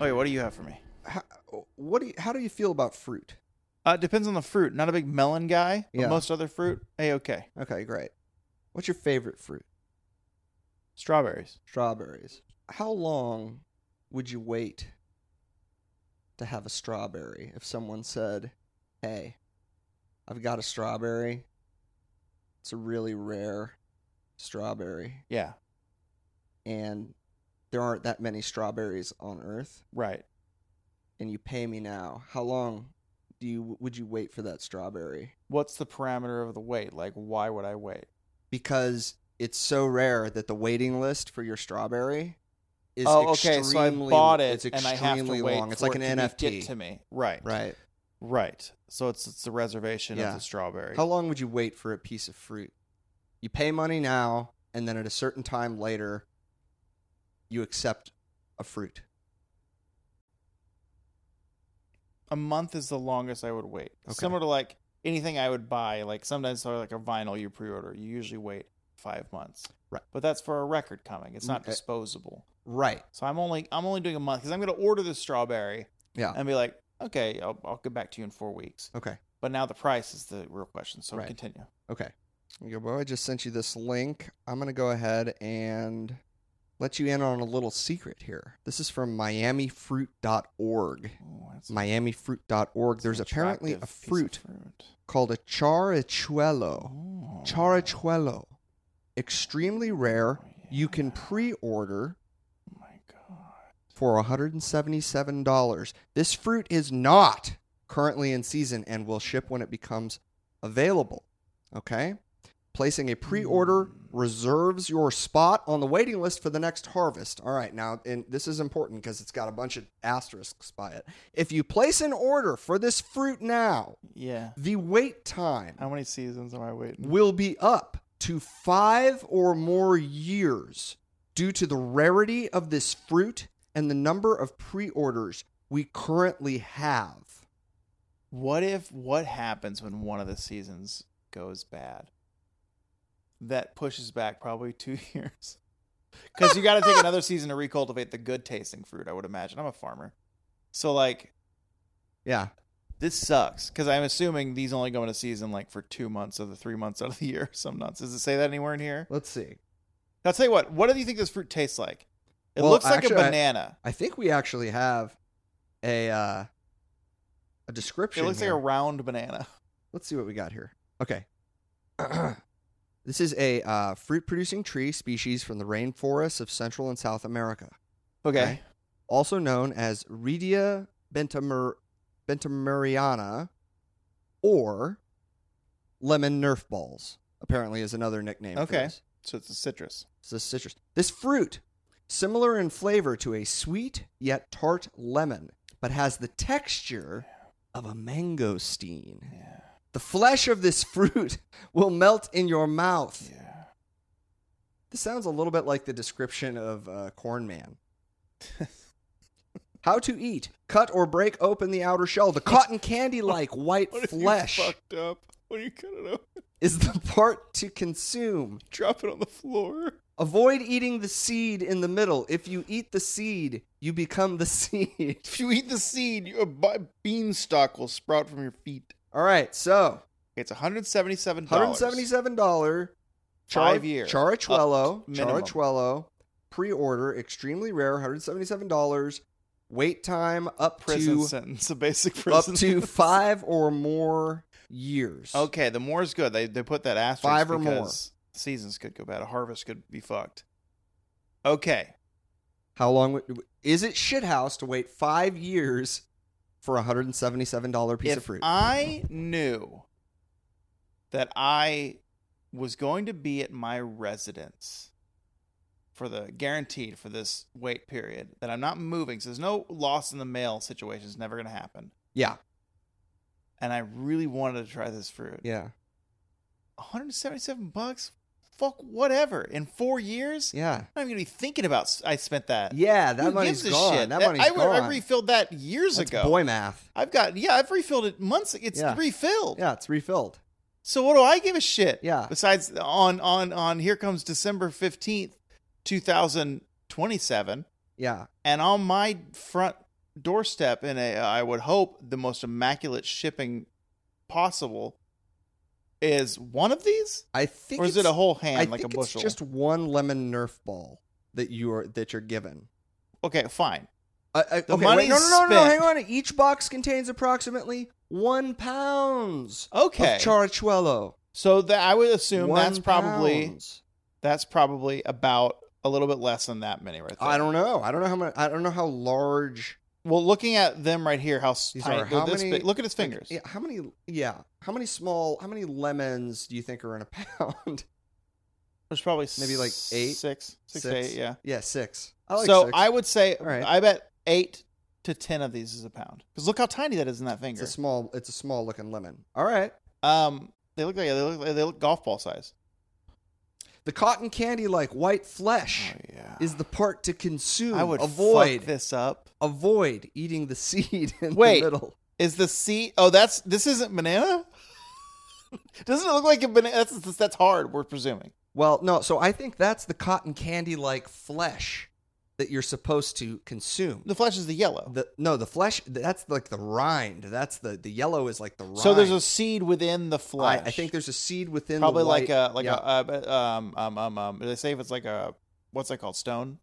B: Okay, what do you have for me?
A: How, what do you, how do you feel about fruit?
B: Uh, it depends on the fruit. Not a big melon guy, but
A: Yeah.
B: most other fruit, a okay.
A: Okay, great. What's your favorite fruit?
B: Strawberries.
A: Strawberries. How long would you wait to have a strawberry if someone said, "Hey, I've got a strawberry. It's a really rare strawberry,
B: Yeah,
A: and there aren't that many strawberries on Earth."
B: right.
A: and you pay me now, how long do you would you wait for that strawberry?
B: What's the parameter of the wait? Like, why would I wait?
A: Because it's so rare that the waiting list for your strawberry is
B: oh, okay.
A: extremely
B: So I bought
A: it's
B: it, and I
A: extremely
B: have to wait
A: long. It's
B: for
A: like an
B: it to be-
A: NFT.
B: Get to me, right?
A: Right.
B: Right. So it's it's the reservation of
A: Yeah.
B: the strawberry.
A: How long would you wait for a piece of fruit? You pay money now and then at a certain time later you accept a fruit.
B: a month is the longest I would wait.
A: Okay.
B: Similar to like anything I would buy. Like sometimes sort of like a vinyl you pre-order, you usually wait five months.
A: Right. Mm, eh.
B: But that's for a record coming. It's not
A: Okay.
B: disposable.
A: Right.
B: So I'm only I'm only doing a month because I'm going to order the strawberry
A: Yeah.
B: and be like, okay, I'll I'll get back to you in four weeks.
A: Okay.
B: But now the price is the real question. So
A: Right.
B: continue.
A: Okay. Your boy just sent you this link. I'm going to go ahead and let you in on a little secret here. This is from miamifruit.org.
B: Ooh, that's-
A: Miamifruit.org.
B: that's
A: There's
B: an
A: apparently a
B: attractive piece of
A: fruit called a charachuelo.
B: Oh.
A: Charachuelo. Extremely rare.
B: Oh,
A: You can
B: yeah.
A: pre order
B: Oh my god.
A: for $177. This fruit is not currently in season and will ship when it becomes available. Okay? Placing a pre order reserves your spot on the waiting list for the next harvest. All right, now, and this is important because it's got a bunch of asterisks by it. If you place an order for this fruit now,
B: Yeah.
A: the wait time
B: How many seasons am I waiting?
A: will be up to five or more years due to the rarity of this fruit and the number of pre orders we currently have.
B: What if what happens when one of the seasons goes bad? That pushes back probably two years. Because you got to take another season to recultivate the good tasting fruit, I would imagine. I'm a farmer. So, like,
A: Yeah.
B: this sucks. Because I'm assuming these only go in a season, like, for two months of the three months out of the year. Some nuts. Does it say that anywhere in here?
A: Let's see.
B: I'll tell you what. What do you think this fruit tastes like? It
A: Well,
B: looks like
A: actually,
B: a
A: I-
B: banana.
A: I think we actually have a uh, a
B: It
A: description.
B: looks like
A: here.
B: a round banana.
A: Let's see what we got here. Okay. This is a uh, fruit producing tree species from the rainforests of Central and South America,
B: Okay.
A: Okay. also known as Redia bentamer- bentameriana or lemon nerf balls, apparently, is another nickname for
B: Okay.
A: this.
B: So it's a citrus.
A: It's the citrus. This fruit, similar in flavor to a sweet yet tart lemon, but has the texture of a mangosteen.
B: Yeah.
A: The flesh of this fruit will melt in your mouth.
B: Yeah.
A: This sounds a little bit like the description of uh, Corn Man. How to eat. Cut or break open the outer shell. The cotton candy like white
B: What are
A: flesh
B: you fucked up? What are you cutting up?
A: is the part to consume.
B: Drop it on the floor.
A: Avoid eating the seed in the middle. If you eat the seed, you become the seed.
B: If you eat the seed, you- a bi- beanstalk will sprout from your feet.
A: All right, so
B: It's 177
A: $177
B: Five year.
A: Charachuelo,
B: Up minimum.
A: Charachuelo, pre-order, extremely rare, $177. Wait time up
B: prison
A: to
B: sentence, a basic
A: up
B: prison.
A: to
B: sentence.
A: five or more years.
B: Okay, the more's good. They they put that asterisk
A: Five or more.
B: because Seasons could go bad. A harvest could be fucked. Okay,
A: How long would, is it shithouse to wait five years for a $177 piece
B: if
A: of fruit?
B: I knew that I was going to be at my residence for the guaranteed for this wait period, that I'm not moving, so there's no loss in the mail situation. It's never going to happen.
A: yeah,
B: And I really wanted to try this fruit.
A: yeah,
B: 177 bucks. Fuck whatever. In four years,
A: yeah.
B: I'm not even gonna be thinking about. s- I spent that.
A: Yeah, that
B: Who
A: money's
B: gives a
A: gone.
B: shit?
A: That money's
B: I,
A: gone.
B: I refilled that years
A: That's
B: ago.
A: boy math.
B: I've got yeah, I've refilled it months. It's
A: Yeah.
B: refilled.
A: Yeah, it's refilled.
B: So what do I give a shit?
A: Yeah.
B: Besides on on on here comes December fifteenth, two thousand twenty seven,
A: Yeah,
B: and on my front doorstep in a I would hope the most immaculate shipping possible is one of these,
A: I think.
B: or is
A: it's-
B: it a whole hand
A: I
B: like
A: think
B: a bushel?
A: It's just one lemon Nerf ball that you are that you're given.
B: okay, fine.
A: Uh, uh,
B: The
A: okay, wait, no,
B: money's
A: no, no, no,
B: spent.
A: hang on. Each box contains approximately one pounds
B: Okay,
A: of charachuelo.
B: so that I would assume
A: One
B: that's probably
A: pounds.
B: that's probably about a little bit less than that many right there.
A: I don't know. I don't know how much. I don't know how large.
B: Well, looking at them right here, how s-
A: These
B: tiny,
A: are-
B: they're
A: how
B: this
A: many-
B: big. Look at his fingers.
A: Yeah, how many? Yeah, how many small? How many lemons do you think are in a pound?
B: There's probably
A: Maybe like
B: s-
A: eight?
B: six, six to
A: Six?
B: eight, yeah.
A: Yeah, six. I like
B: so
A: six.
B: I would say,
A: All right.
B: I bet eight to ten of these is a pound. Because look how tiny that is in that
A: It's
B: finger.
A: a small. It's a small looking lemon. All right.
B: um, they look like they look, like, they look golf ball size.
A: The cotton candy like white flesh
B: Oh, yeah.
A: is the part to consume.
B: I would
A: avoid
B: fuck this up.
A: avoid eating the seed in
B: Wait.
A: the middle.
B: Is the seed? Oh, that's this isn't banana. Doesn't it look like a banana? That's that's hard. We're presuming.
A: Well, no, so I think that's the cotton candy like flesh that you're supposed to consume.
B: The flesh is the yellow.
A: The no, the flesh that's like the rind. That's the the yellow is like the rind.
B: so there's a seed within the flesh.
A: I, I think there's a seed within
B: probably
A: the
B: like
A: white-
B: a like
A: yeah.
B: a uh, um um um um. They say if it's like a what's that called stone?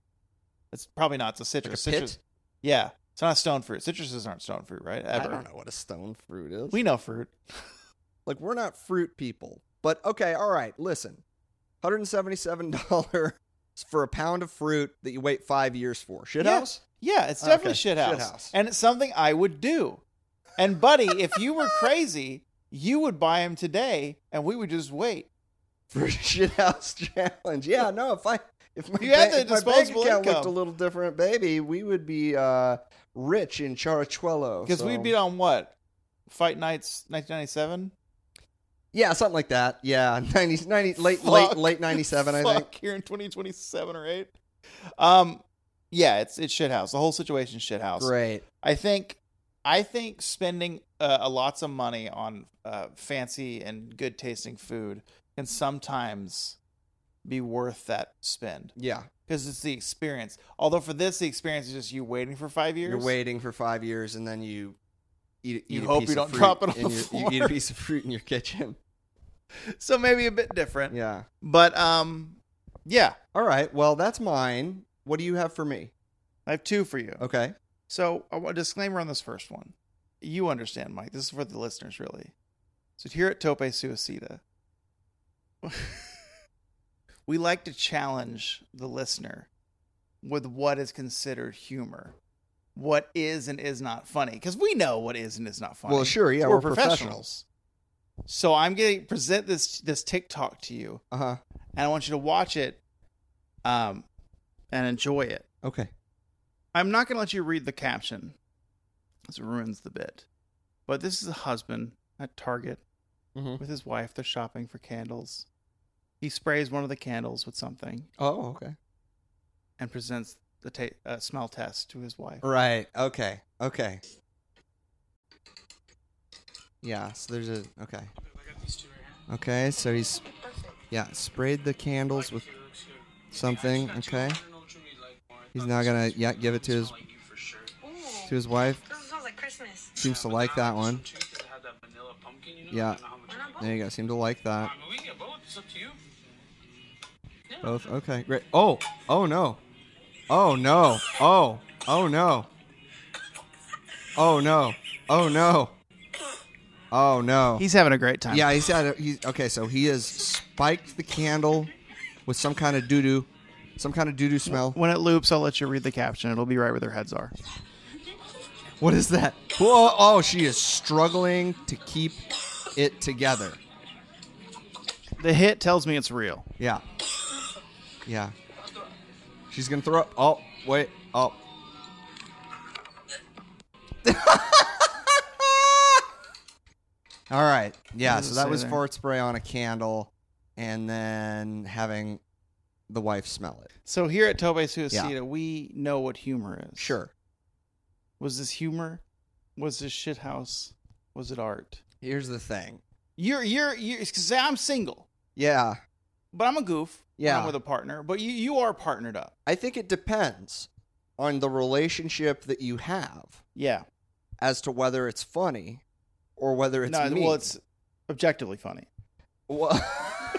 B: It's probably not. It's a citrus.
A: Like a
B: citrus.
A: pit?
B: Yeah, it's not a stone fruit. Citruses aren't stone fruit, right? Ever.
A: I don't know what a stone fruit is.
B: We know fruit.
A: Like we're not fruit people. But okay, all right, listen. $177 for a pound of fruit that you wait 5 years for. Shithouse? house?
B: Yeah, it's
A: Oh, Okay,
B: definitely shit house,
A: shithouse.
B: and it's something I would do. And buddy, if you were crazy, you would buy him today, and we would just wait.
A: for shit house challenge. Yeah, no, if I if my,
B: You
A: ba-
B: had the
A: if my bank
B: disposable
A: account looked a
B: income.
A: little different, baby, we would be uh, rich in Charachuelo.
B: Because
A: so-
B: we'd be on what? Fight Nights 1997?
A: yeah, something like that. Yeah, 90, 90 late
B: Fuck.
A: late late ninety seven. I think
B: Fuck, here in 2027 or 8. Um, yeah, it's it's shit house. The whole situation shit house.
A: great.
B: I think I think spending uh, uh, lots of money on uh, fancy and good tasting food can sometimes be worth that spend
A: Yeah,
B: because it's the experience. Although for this, the experience is just you waiting for five years.
A: you're waiting for five years and then you eat.
B: You
A: eat a
B: hope
A: piece
B: you
A: of
B: don't
A: fruit
B: drop it on
A: in
B: the
A: your-
B: floor.
A: You eat a piece of fruit in your kitchen.
B: So maybe a bit different.
A: Yeah.
B: But um, yeah,
A: All right. Well, that's mine. What do you have for me?
B: I have two for you.
A: Okay.
B: So, I want a disclaimer on this first one. You understand, Mike. This is for the listeners, really. So, here at Tope Suicida, we like to challenge the listener with what is considered humor, what is and is not funny, because we know what is and is not funny.
A: Well, sure, yeah,
B: we're,
A: we're
B: professionals. So I'm going to present this this TikTok to you,
A: Uh huh.
B: and I want you to watch it, um, and enjoy it.
A: Uh-huh. Okay.
B: I'm not going to let you read the caption. This ruins the bit. But this is a husband at Target
A: Mhm.
B: with his wife. They're shopping for candles. He sprays one of the candles with something
A: Oh, okay.
B: and presents the ta- uh, smell test to his wife.
A: Right. Okay. Okay. Yeah. So there's a okay. Okay. So he's yeah sprayed the candles with something. Okay. He's now gonna yeah give it to his to his wife.
D: This smells like Christmas.
A: Seems to like that one. Yeah. There you go. Seemed to like that. Both. Okay. Great. Oh. Oh no. Oh no. Oh. Oh no. Oh no. Oh no. Oh no.
B: He's having a great time.
A: Yeah, he's had. A, he's okay. So he has spiked the candle with some kind of doo doo, some kind of doo doo smell.
B: When it loops, I'll let you read the caption. It'll be right where their heads are.
A: What is that? Whoa! Oh, she is struggling to keep it together.
B: The hit tells me it's real.
A: Yeah, yeah. She's gonna throw up. Oh, wait. Oh. All right. Yeah.
B: does it
A: So that
B: say
A: was
B: there?
A: fart spray on a candle, and then having the wife smell it.
B: So here at Tobe Suicida, we know what humor is.
A: Sure.
B: Was this humor? Was this shithouse? Was it art?
A: Here's the thing.
B: You're, you're, you're, because I'm single.
A: Yeah,
B: but I'm a goof. when
A: Yeah.
B: I'm with a partner, but you you are partnered up.
A: I think it depends on the relationship that you have
B: Yeah,
A: as to whether it's funny or whether it's
B: no,
A: mean.
B: well, it's objectively funny.
A: well,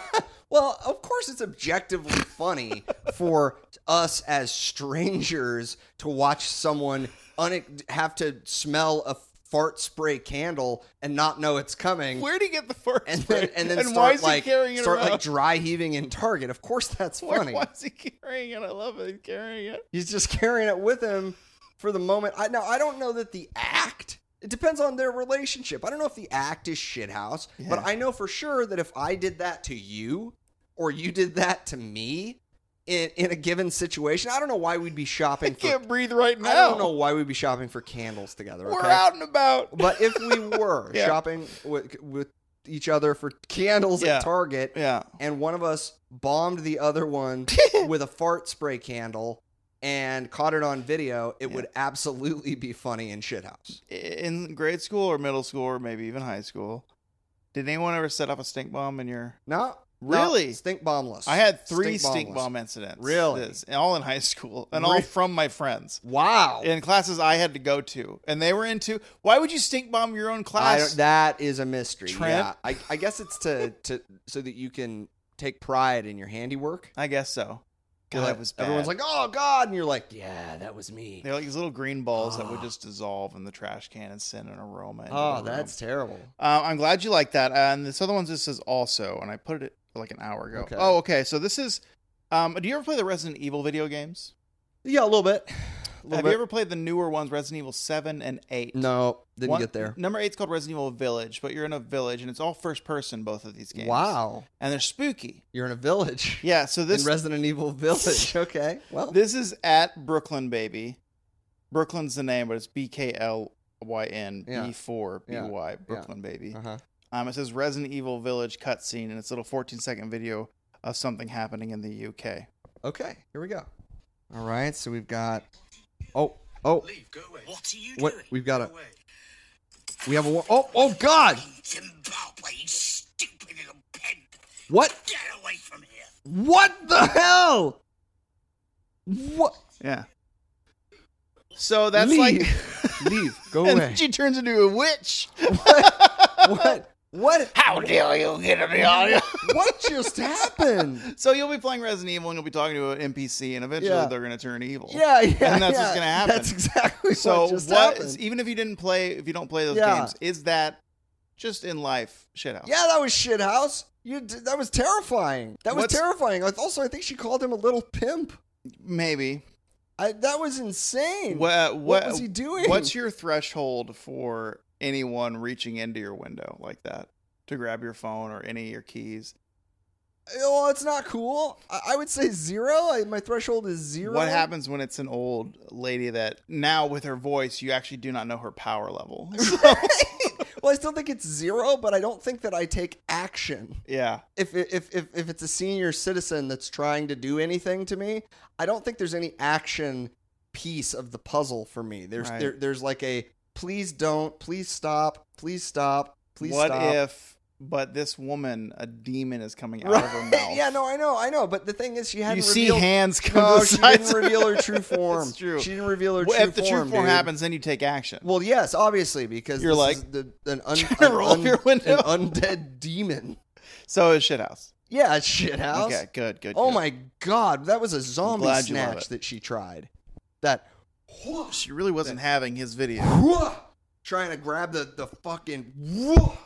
A: well, of course, it's objectively funny for us as strangers to watch someone un- have to smell a fart spray candle and not know it's coming.
B: Where do you get the first?
A: and then, and then start
B: why is
A: like
B: he carrying it
A: start
B: around?
A: like dry heaving in Target. Of course, that's
B: Why-
A: funny.
B: Why is he carrying it? I love it. He's carrying it.
A: He's just carrying it with him for the moment. I now I don't know that the act. It depends on their relationship. I don't know if the act is shithouse, but
B: Yeah.
A: I know for sure that if I did that to you or you did that to me in in a given situation, I don't know why we'd be shopping
B: I
A: for
B: can't breathe right now.
A: I don't know why we'd be shopping for candles together, okay?
B: We're out and about.
A: But if we were
B: Yeah.
A: shopping with with each other for candles
B: Yeah.
A: at Target,
B: yeah,
A: and one of us bombed the other one with a fart spray candle and caught it on video, it
B: Yeah.
A: would absolutely be funny in shithouse.
B: in grade school or middle school or maybe even high school, did anyone ever set off a stink bomb in your?
A: No,
B: Really?
A: no, stink bombless.
B: I had three stink,
A: bombless.
B: bomb incidents.
A: Really?
B: This- all in high school and all
A: Re-
B: from my friends.
A: Wow,
B: in classes I had to go to, and they were into. Why would you stink bomb your own
A: I
B: class?
A: don't- that is a mystery.
B: Trent?
A: Yeah, I, I guess it's to to so that you can take pride in your handiwork.
B: I guess so. God,
A: You're like-
B: it was bad.
A: Everyone's like, "Oh God," and you're like, "Yeah, that was me."
B: they're like these little green balls that would just dissolve in the trash can and send an aroma. into the
A: Oh,
B: room.
A: that's terrible.
B: Uh, I'm glad you like that. and this other one just says also, and I put it like an hour ago.
A: Okay.
B: Oh, okay. So this is. Um, do you ever play the Resident Evil video games?
A: Yeah, a little bit. A little
B: Have
A: bit.
B: you ever played the newer ones, Resident Evil Seven and Eight?
A: No, didn't
B: One-
A: get there.
B: Number eight's called Resident Evil Village, but you're in a village, and it's all first person. Both of these games.
A: Wow,
B: And they're spooky.
A: you're in a village.
B: Yeah. So this
A: in Resident Evil Village. Okay. Well,
B: This is at Brooklyn, baby. Brooklyn's the name, but it's B K L Y N
A: Yeah.
B: B four B Y Brooklyn, baby.
A: uh-huh.
B: Um, it says Resident Evil Village cutscene, and it's a little 14 second video of something happening in the UK.
A: okay, here we go. All right, so we've got Oh, oh,
E: Leave, go away. What are you
A: What-
E: doing?
A: we've got a-
E: Go away.
A: we have a wa- Oh, oh god.
E: Zimbabwe, you stupid little pimp.
A: What
E: Get away from here.
A: what the hell? What
B: Yeah. So that's like.
A: leave. Go
B: and
A: away.
B: she turns into a witch.
A: What? What
E: How dare you get in the audio?
A: what just happened?
B: So you'll be playing Resident Evil and you'll be talking to an NPC, and eventually
A: Yeah.
B: they're going to turn evil.
A: Yeah, yeah.
B: And that's what's
A: yeah.
B: gonna happen.
A: That's exactly
B: So
A: what just
B: what?
A: happened.
B: Is, even if you didn't play, if you don't play those
A: Yeah.
B: games, is that just in life shithouse?
A: yeah, that was shit house. You d- that was terrifying. That was
B: What's-
A: terrifying. I- Also, I think she called him a little pimp.
B: Maybe.
A: I, that was insane.
B: What,
A: what was he doing?
B: What's your threshold for anyone reaching into your window like that to grab your phone or any of your keys?
A: Uh, Well, it's not cool. I, I would say zero. I, my threshold is zero.
B: What happens when it's an old lady that now with her voice you actually do not know her power level? So,
A: Well, I still think it's zero, but I don't think that I take action.
B: yeah.
A: If, if if if it's a senior citizen that's trying to do anything to me, I don't think there's any action piece of the puzzle for me. There's
B: Right.
A: there, there's like a please don't, please stop, please stop, please
B: what
A: stop.
B: if but this woman, a demon is coming out of her
A: Right.
B: mouth.
A: Yeah, no, I know, I know. But the thing is, she hadn't
B: you see
A: revealed.
B: hands come
A: no,
B: to the
A: she
B: sides
A: didn't
B: of-
A: reveal her true form.
B: That's true.
A: She didn't reveal her
B: Well,
A: true
B: if the
A: form.
B: true form
A: dude.
B: happens, then you take action.
A: well, yes, obviously, because
B: You're
A: this
B: like,
A: is the, an, un,
B: trying to
A: an,
B: roll up
A: un-
B: your window.
A: an undead demon.
B: so is shit house.
A: Yeah, it's shit house.
B: Okay, good, good.
A: Oh
B: good.
A: my god, that was a zombie
B: glad you love
A: snatch
B: it.
A: that she tried. That
B: She really wasn't having his video.
A: trying to grab the the fucking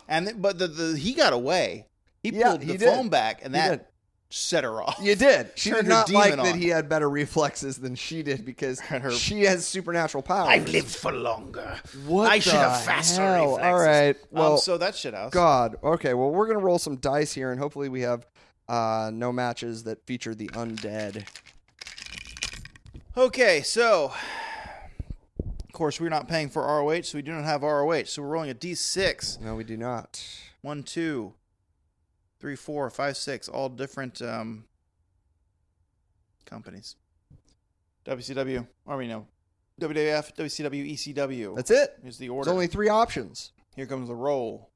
B: And th- but the, the he got away. He
A: Yeah,
B: pulled the
A: he did.
B: phone back, and
A: He
B: that set her off.
A: You did. She
B: Turned
A: did
B: her
A: not
B: demon
A: like that
B: on.
A: he had better reflexes than she did because
B: And her-
A: she has supernatural powers.
D: I've lived for longer.
A: What
D: I should
A: the
D: have faster
A: hell?
D: reflexes.
A: All right. Well,
B: um, so that shit house.
A: God. Okay. Well, we're gonna roll some dice here, and hopefully we have uh, no matches that feature the undead.
B: Okay, so of course we're not paying for ROH, so we do not have ROH. So we're rolling a D6.
A: No, we do not.
B: One, two, three, four, five, six. All different um, companies. WCW. Or we know. WWF, WCW, ECW.
A: That's it.
B: Here's the
A: There's
B: order.
A: only three options.
B: Here comes the roll.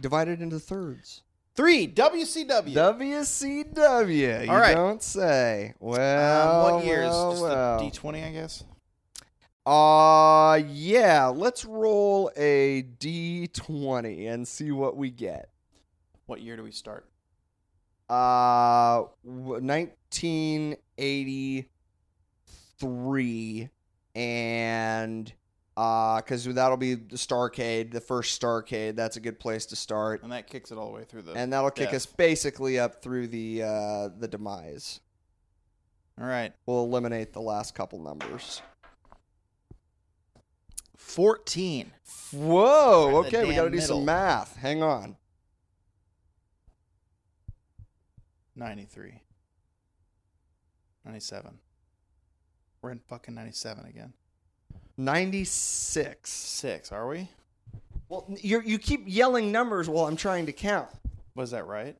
A: Divided into thirds.
B: Three WCW.
A: WCW. You
B: All right.
A: don't say. Well,
B: um, what years?
A: Oh, well,
B: Just
A: well.
B: the D twenty, I guess.
A: Uh yeah, let's roll a d20 and see what we get.
B: What year do we start?
A: Uh w- 1983 and uh cuz that'll be the Starcade, the first Starcade. That's a good place to start.
B: And that kicks it all the way through the.
A: And that'll kick
B: Death.
A: us basically up through the uh the demise.
B: all right,
A: We'll eliminate the last couple numbers.
B: fourteen.
A: Whoa,
B: Right in the
A: okay, we got to
B: damn
A: do some
B: middle.
A: math. Hang on.
B: 93. 97. We're in fucking 97 again.
A: 96.
B: Six, are we?
A: Well, you you keep yelling numbers while I'm trying to count.
B: Was that right?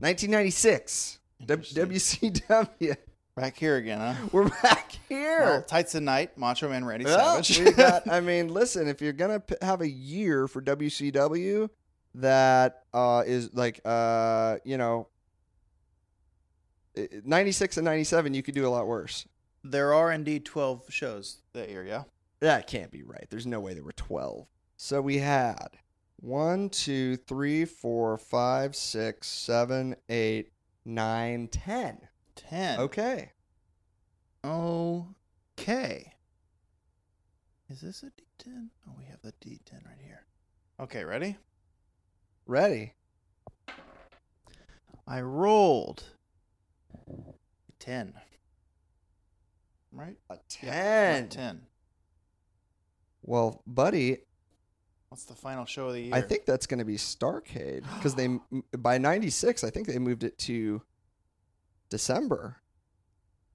A: Nineteen ninety six.
B: Interesting.
A: WCW.
B: Back here again, huh?
A: We're back
B: Well,
A: here.
B: Tights of Night, Macho Man Randy
A: Well,
B: Savage.
A: we got, I mean, listen, if you're gonna p- have a year for WCW that uh, is like uh, you know. Ninety six and ninety seven, you could do a lot worse.
B: there are indeed 12 shows that year, yeah?
A: That can't be right. There's no way there were 12. So we had one, two, three, four, five, six, seven, eight, nine, ten.
B: 10.
A: Okay.
B: Okay. Is this a D10? Oh, we have the D10 right here. Okay, ready?
A: Ready.
B: I rolled 10. Right?
A: A
B: Yeah,
A: 10.
B: 10.
A: Well, buddy,
B: What's the final show of the year?
A: I think that's going to be Starcade because they, by 96, I think they moved it to December.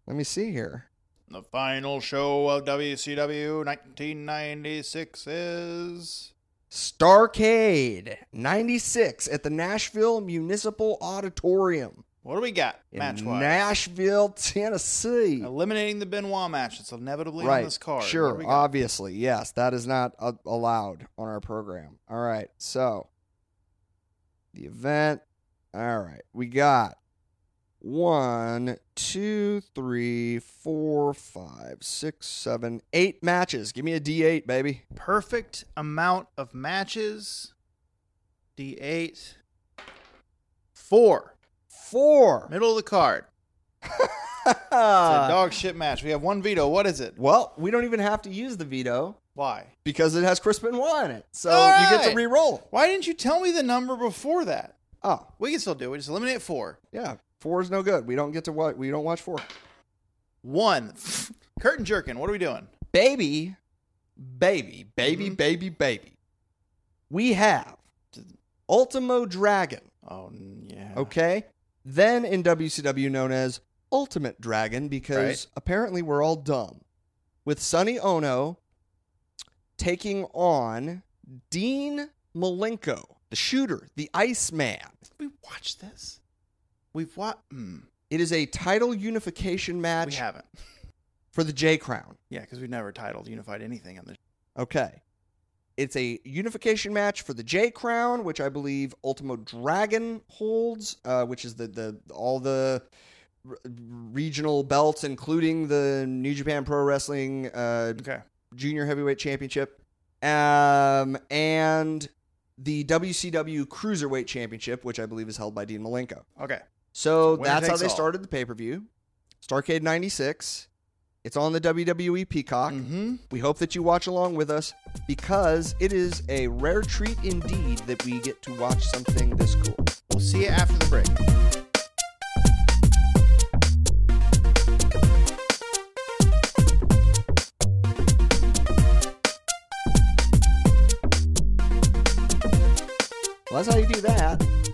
A: Let me see here.
B: The final show of WCW 1996 is.
A: Starcade 96 at the Nashville Municipal Auditorium.
B: What do we got?
A: in
B: Match wise.
A: Nashville, Tennessee.
B: Eliminating the Benoit match. That's inevitably on this card. What do
A: Sure.
B: we got?
A: Obviously, yes. That is not uh, allowed on our program. All right. So the event. All right. We got one, two, three, four, five, six, seven, eight matches. Give me a D eight, baby.
B: Perfect amount of matches. D8. Four.
A: Four.
B: Middle of the card.
A: Uh.
B: It's a dog shit match. We have one veto. What is it?
A: well, we don't even have to use the veto
B: Why?
A: because it has Chris Benoit in it. So
B: All
A: you get to
B: right.
A: re-roll.
B: Why didn't you tell me the number before that?
A: Oh,
B: We can still do it. Just eliminate four.
A: yeah. Four is no good. We don't get to what we don't watch four.
B: One. Curtain jerking. What are we doing?
A: Baby, baby, baby, baby, baby. We have Ultimo Dragon.
B: Oh n- yeah.
A: Okay. Then in WCW known as Ultimate Dragon because
B: Right.
A: apparently we're all dumb. With Sonny Ono taking on Dean Malenko, the shooter, the Iceman.
B: We watched this. We've watched. Mm,
A: It is a title unification
B: we
A: match
B: haven't.
A: for the J Crown.
B: Yeah, because we've never titled unified anything on the.
A: Okay. It's a unification match for the J Crown, which I believe Ultimo Dragon holds, uh, which is the, the all the r- regional belts, including the New Japan Pro Wrestling uh,
B: Okay.
A: Junior Heavyweight Championship, um, and the WCW Cruiserweight Championship, which I believe is held by Dean Malenko.
B: Okay.
A: So
B: Winner
A: that's how
B: takes
A: they
B: all.
A: started the pay per view. Starcade 96. It's on the WWE Peacock.
B: Mm-hmm.
A: We hope that you watch along with us because it is a rare treat indeed that we get to watch something this cool.
B: We'll see you after the break.
A: Well, that's how you do that.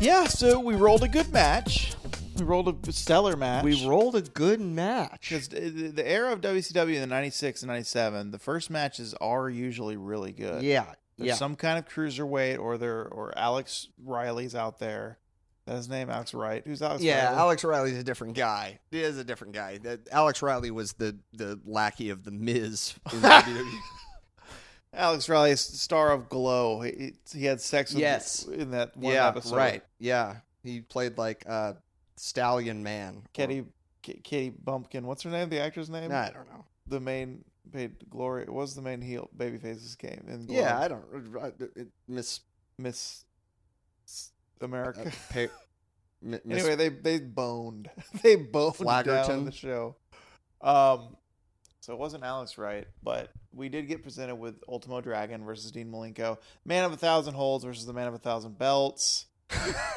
B: Yeah. So we rolled a good match. We rolled a stellar match.
A: We rolled a good match.
B: Because the era of WCW in the 96 and 97, the first matches are usually really good.
A: Yeah.
B: uh, There's
A: yeah.
B: some kind of cruiserweight or there or Alex Riley's out there. That's his name, Alex Wright. Who's Alex
A: yeah,
B: Riley?
A: Alex Riley's a different guy. He is a different guy. That- Alex Riley was the, the lackey of the Miz. In E. WWE.
B: Alex Riley is the star of Glow. He, he had sex with
A: Yes.
B: in that one
A: yeah,
B: episode.
A: right. Yeah, he played like uh, Stallion Man.
B: Katie K- Katie Bumpkin. What's her name? The actor's
A: Or-
B: name?
A: Nah, I don't know.
B: The main paid Glory was the main heel babyface's game in Glow.
A: Yeah, I don't. I, it, Miss
B: Miss S-
A: uh,
B: America.
A: pa- Mi- Miss
B: Anyway, they they boned. They boned down
A: Flaggerton.
B: the show. Um, so it wasn't Alex Wright, but we did get presented with Ultimo Dragon versus Dean Malenko, Man of a Thousand Holds versus the Man of a Thousand Belts.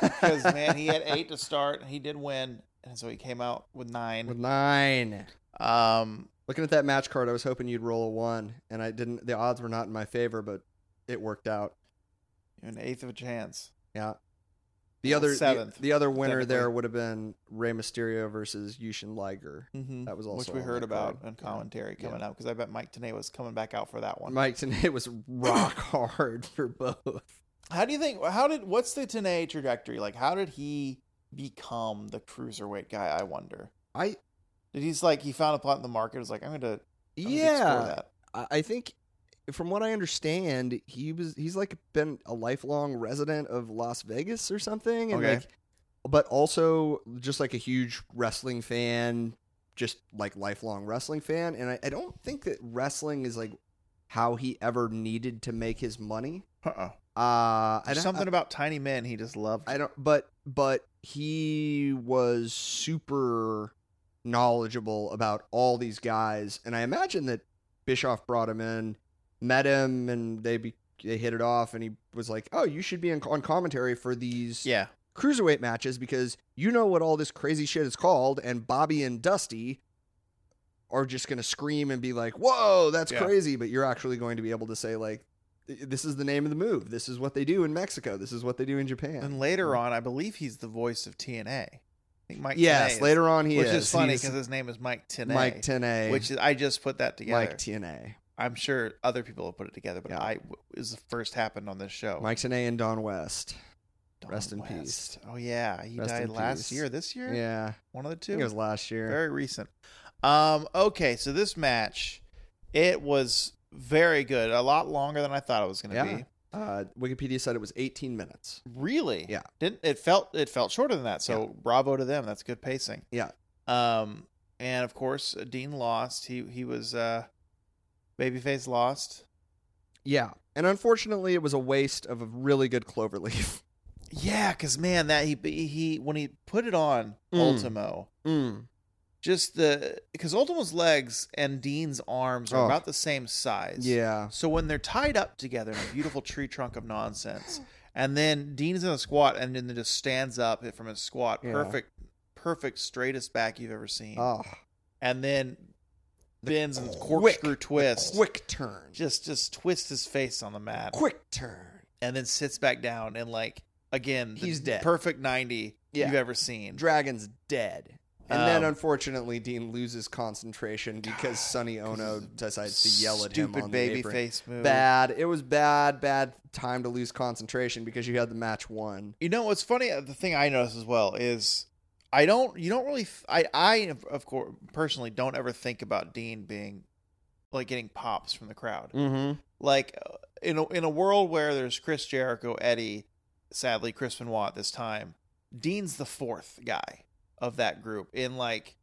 B: Because man, he had eight to start, and he did win, and so he came out with
A: with
B: nine.
A: nine.
B: Um,
A: Looking at that match card, I was hoping you'd roll a one, and I didn't. The odds were not in my favor, but it worked out.
B: an eighth of a chance.
A: Yeah. The
B: Well,
A: other the,
B: seventh,
A: the other winner there
B: technically.
A: would have been Rey Mysterio versus Yushin Liger.
B: Mm-hmm.
A: That was also
B: which we
A: on
B: heard
A: that
B: about
A: card.
B: in
A: Yeah.
B: commentary coming
A: Yeah.
B: up because I bet Mike Tanay was coming back out for that one.
A: Mike tonight was rock hard for both.
B: How do you think? How did? What's the Tanay trajectory like? How did he become the cruiserweight guy? I wonder.
A: I
B: Did he's like he found a plot in the market? Was like I'm going to I'm gonna explore
A: yeah,
B: that.
A: I I think from what I understand, he was he's like been a lifelong resident of Las Vegas or something, and
B: Okay.
A: like, but also just like a huge wrestling fan, just like lifelong wrestling fan, and I, I don't think that wrestling is like how he ever needed to make his money.
B: Uh-uh.
A: Uh, I
B: There's
A: don't-
B: something about tiny men he just loved.
A: I don't but but he was super knowledgeable about all these guys and I imagine that Bischoff brought him in, met him and they be, they hit it off and he was like, "Oh, you should be in, on commentary for these
B: yeah.
A: cruiserweight matches because you know what all this crazy shit is called and Bobby and Dusty are just going to scream and be like, "Whoa, that's
B: Yeah.
A: crazy," but you're actually going to be able to say like this is the name of the move. This is what they do in Mexico. This is what they do in Japan.
B: And
A: Mm-hmm.
B: later on, I believe he's the voice of TNA. I think Mike.
A: Yes,
B: Tenay is-
A: later on he
B: which
A: is.
B: is funny
A: He's
B: because his name is Mike Tanay.
A: Mike Tenay,
B: which is, I just put that together.
A: Mike Tenay,
B: I'm sure other people have put it together, but
A: Yeah.
B: I it was the first happened on this show.
A: Mike Tenay and Don West.
B: Don
A: rest in
B: West. Oh yeah, he
A: Rest
B: died
A: in
B: last
A: peace.
B: year. This year,
A: Yeah,
B: one of the
A: I
B: two.
A: think it was last year.
B: Very recent. Um, okay, so this match, it was very good. A lot longer than I thought it was going to
A: Yeah.
B: be.
A: uh, Wikipedia said it was 18 minutes.
B: Really?
A: Yeah.
B: Didn't it felt it felt shorter than that? So bravo to them. That's good pacing.
A: Yeah.
B: Um, and of course uh, Dean lost. He he was uh, babyface lost.
A: Yeah, and unfortunately, it was a waste of a really good cloverleaf.
B: Yeah, because man, that he he when he put it on
A: Mm.
B: Ultimo,
A: Mm.
B: just the because Ultimo's legs and Dean's arms are
A: Oh.
B: about the same size.
A: Yeah.
B: So when they're tied up together in a beautiful tree trunk of nonsense, and then Dean's in a squat and then just stands up from his squat,
A: Yeah.
B: perfect, perfect straightest back you've ever seen,
A: Oh,
B: and then bends and
A: quick-
B: corkscrew twist,
A: quick turn.
B: just just twists his face on the mat,
A: quick turn.
B: and then sits back down and like again, the
A: He's dead.
B: perfect ninety
A: Yeah.
B: you've ever seen.
A: Dragon's dead. And then,
B: Um,
A: unfortunately, Dean loses concentration because Sonny Ono decides to yell at him
B: Stupid
A: on the
B: baby
A: apron.
B: face move.
A: Bad. It was bad, bad time to lose concentration because you had the match won.
B: You know what's funny? uh, The thing I notice as well is I don't. You don't really. f- I I of- of course personally don't ever think about Dean being like getting pops from the crowd.
A: Mm-hmm.
B: Like uh, in a, in a world where there's Chris Jericho, Eddie, sadly Chris Benoit at this time. Dean's the fourth guy of that group. In like,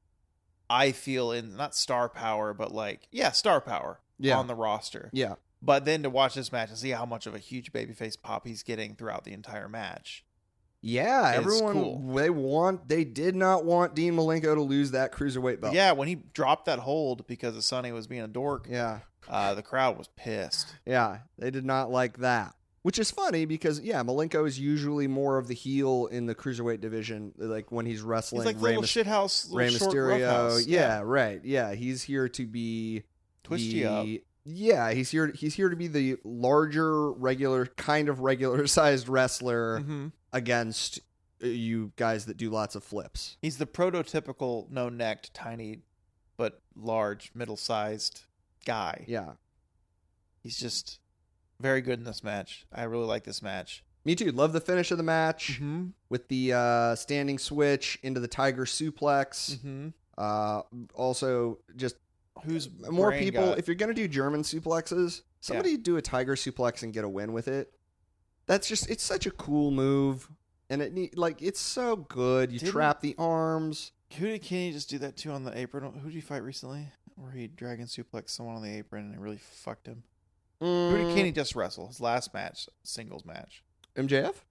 B: I feel in not star power, but like yeah, star power
A: Yeah.
B: on the roster.
A: yeah.
B: But then to watch this match and see how much of a huge babyface pop he's getting throughout the entire match.
A: Yeah.
B: It's
A: Everyone,
B: cool.
A: they want, they did not want Dean Malenko to lose that cruiserweight belt.
B: Yeah, when he dropped that hold because of Sonny was being a dork,
A: Yeah.
B: uh, the crowd was pissed.
A: Yeah, they did not like that. Which is funny because yeah, Malenko is usually more of the heel in the cruiserweight division, like when he's wrestling
B: He's like the
A: Rey,
B: little
A: Mys-
B: shithouse, little
A: Rey
B: short
A: Mysterio.
B: roughhouse.
A: yeah, right. Yeah, he's here to be
B: twist
A: the,
B: you up.
A: Yeah, he's here. He's here to be the larger, regular kind of regular sized wrestler
B: Mhm.
A: against uh, you guys that do lots of flips.
B: He's the prototypical no necked, tiny but large, middle sized guy.
A: Yeah,
B: He's just very good in this match. I really like this match.
A: me too. Love the finish of the match
B: Mm-hmm.
A: with the uh, standing switch into the tiger suplex.
B: Mm-hmm.
A: Uh, also, just
B: Who's
A: Uh, more
B: brain
A: people.
B: got-
A: If you're gonna do German suplexes, somebody do a tiger suplex and get a win with it. That's just it's such a cool move, and it need, like it's so good. You
B: Didn't-
A: trap the arms.
B: Who did Kenny just do that to on the apron? Who did he fight recently? Where he dragon suplexed someone on the apron and it really fucked him. Who
A: Mm.
B: did Kenny just wrestle? His last match, singles match.
A: MJF?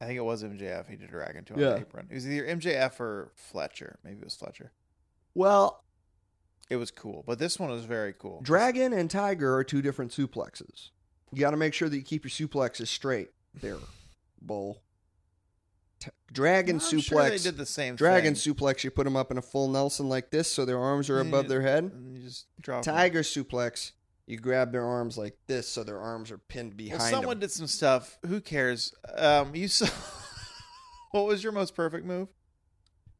B: I think it was MJF. He did a dragon to on
A: Yeah.
B: the apron. It was either MJF or Fletcher. Maybe it was Fletcher.
A: Well,
B: It was cool, but this one was very cool.
A: Dragon and Tiger are two different suplexes. You got to make sure that you keep your suplexes straight. There, bull. T- dragon
B: I'm
A: suplex.
B: Sure they did the same.
A: dragon
B: thing.
A: suplex. You put them up in a full Nelson like this, so their arms are
B: Yeah,
A: above
B: yeah.
A: their head.
B: And you just drop 'em.
A: Tiger suplex, you grab their arms like this, so their arms are pinned
B: Well,
A: behind
B: someone
A: them.
B: did some stuff. Who cares? Um, you saw. what was your most perfect move?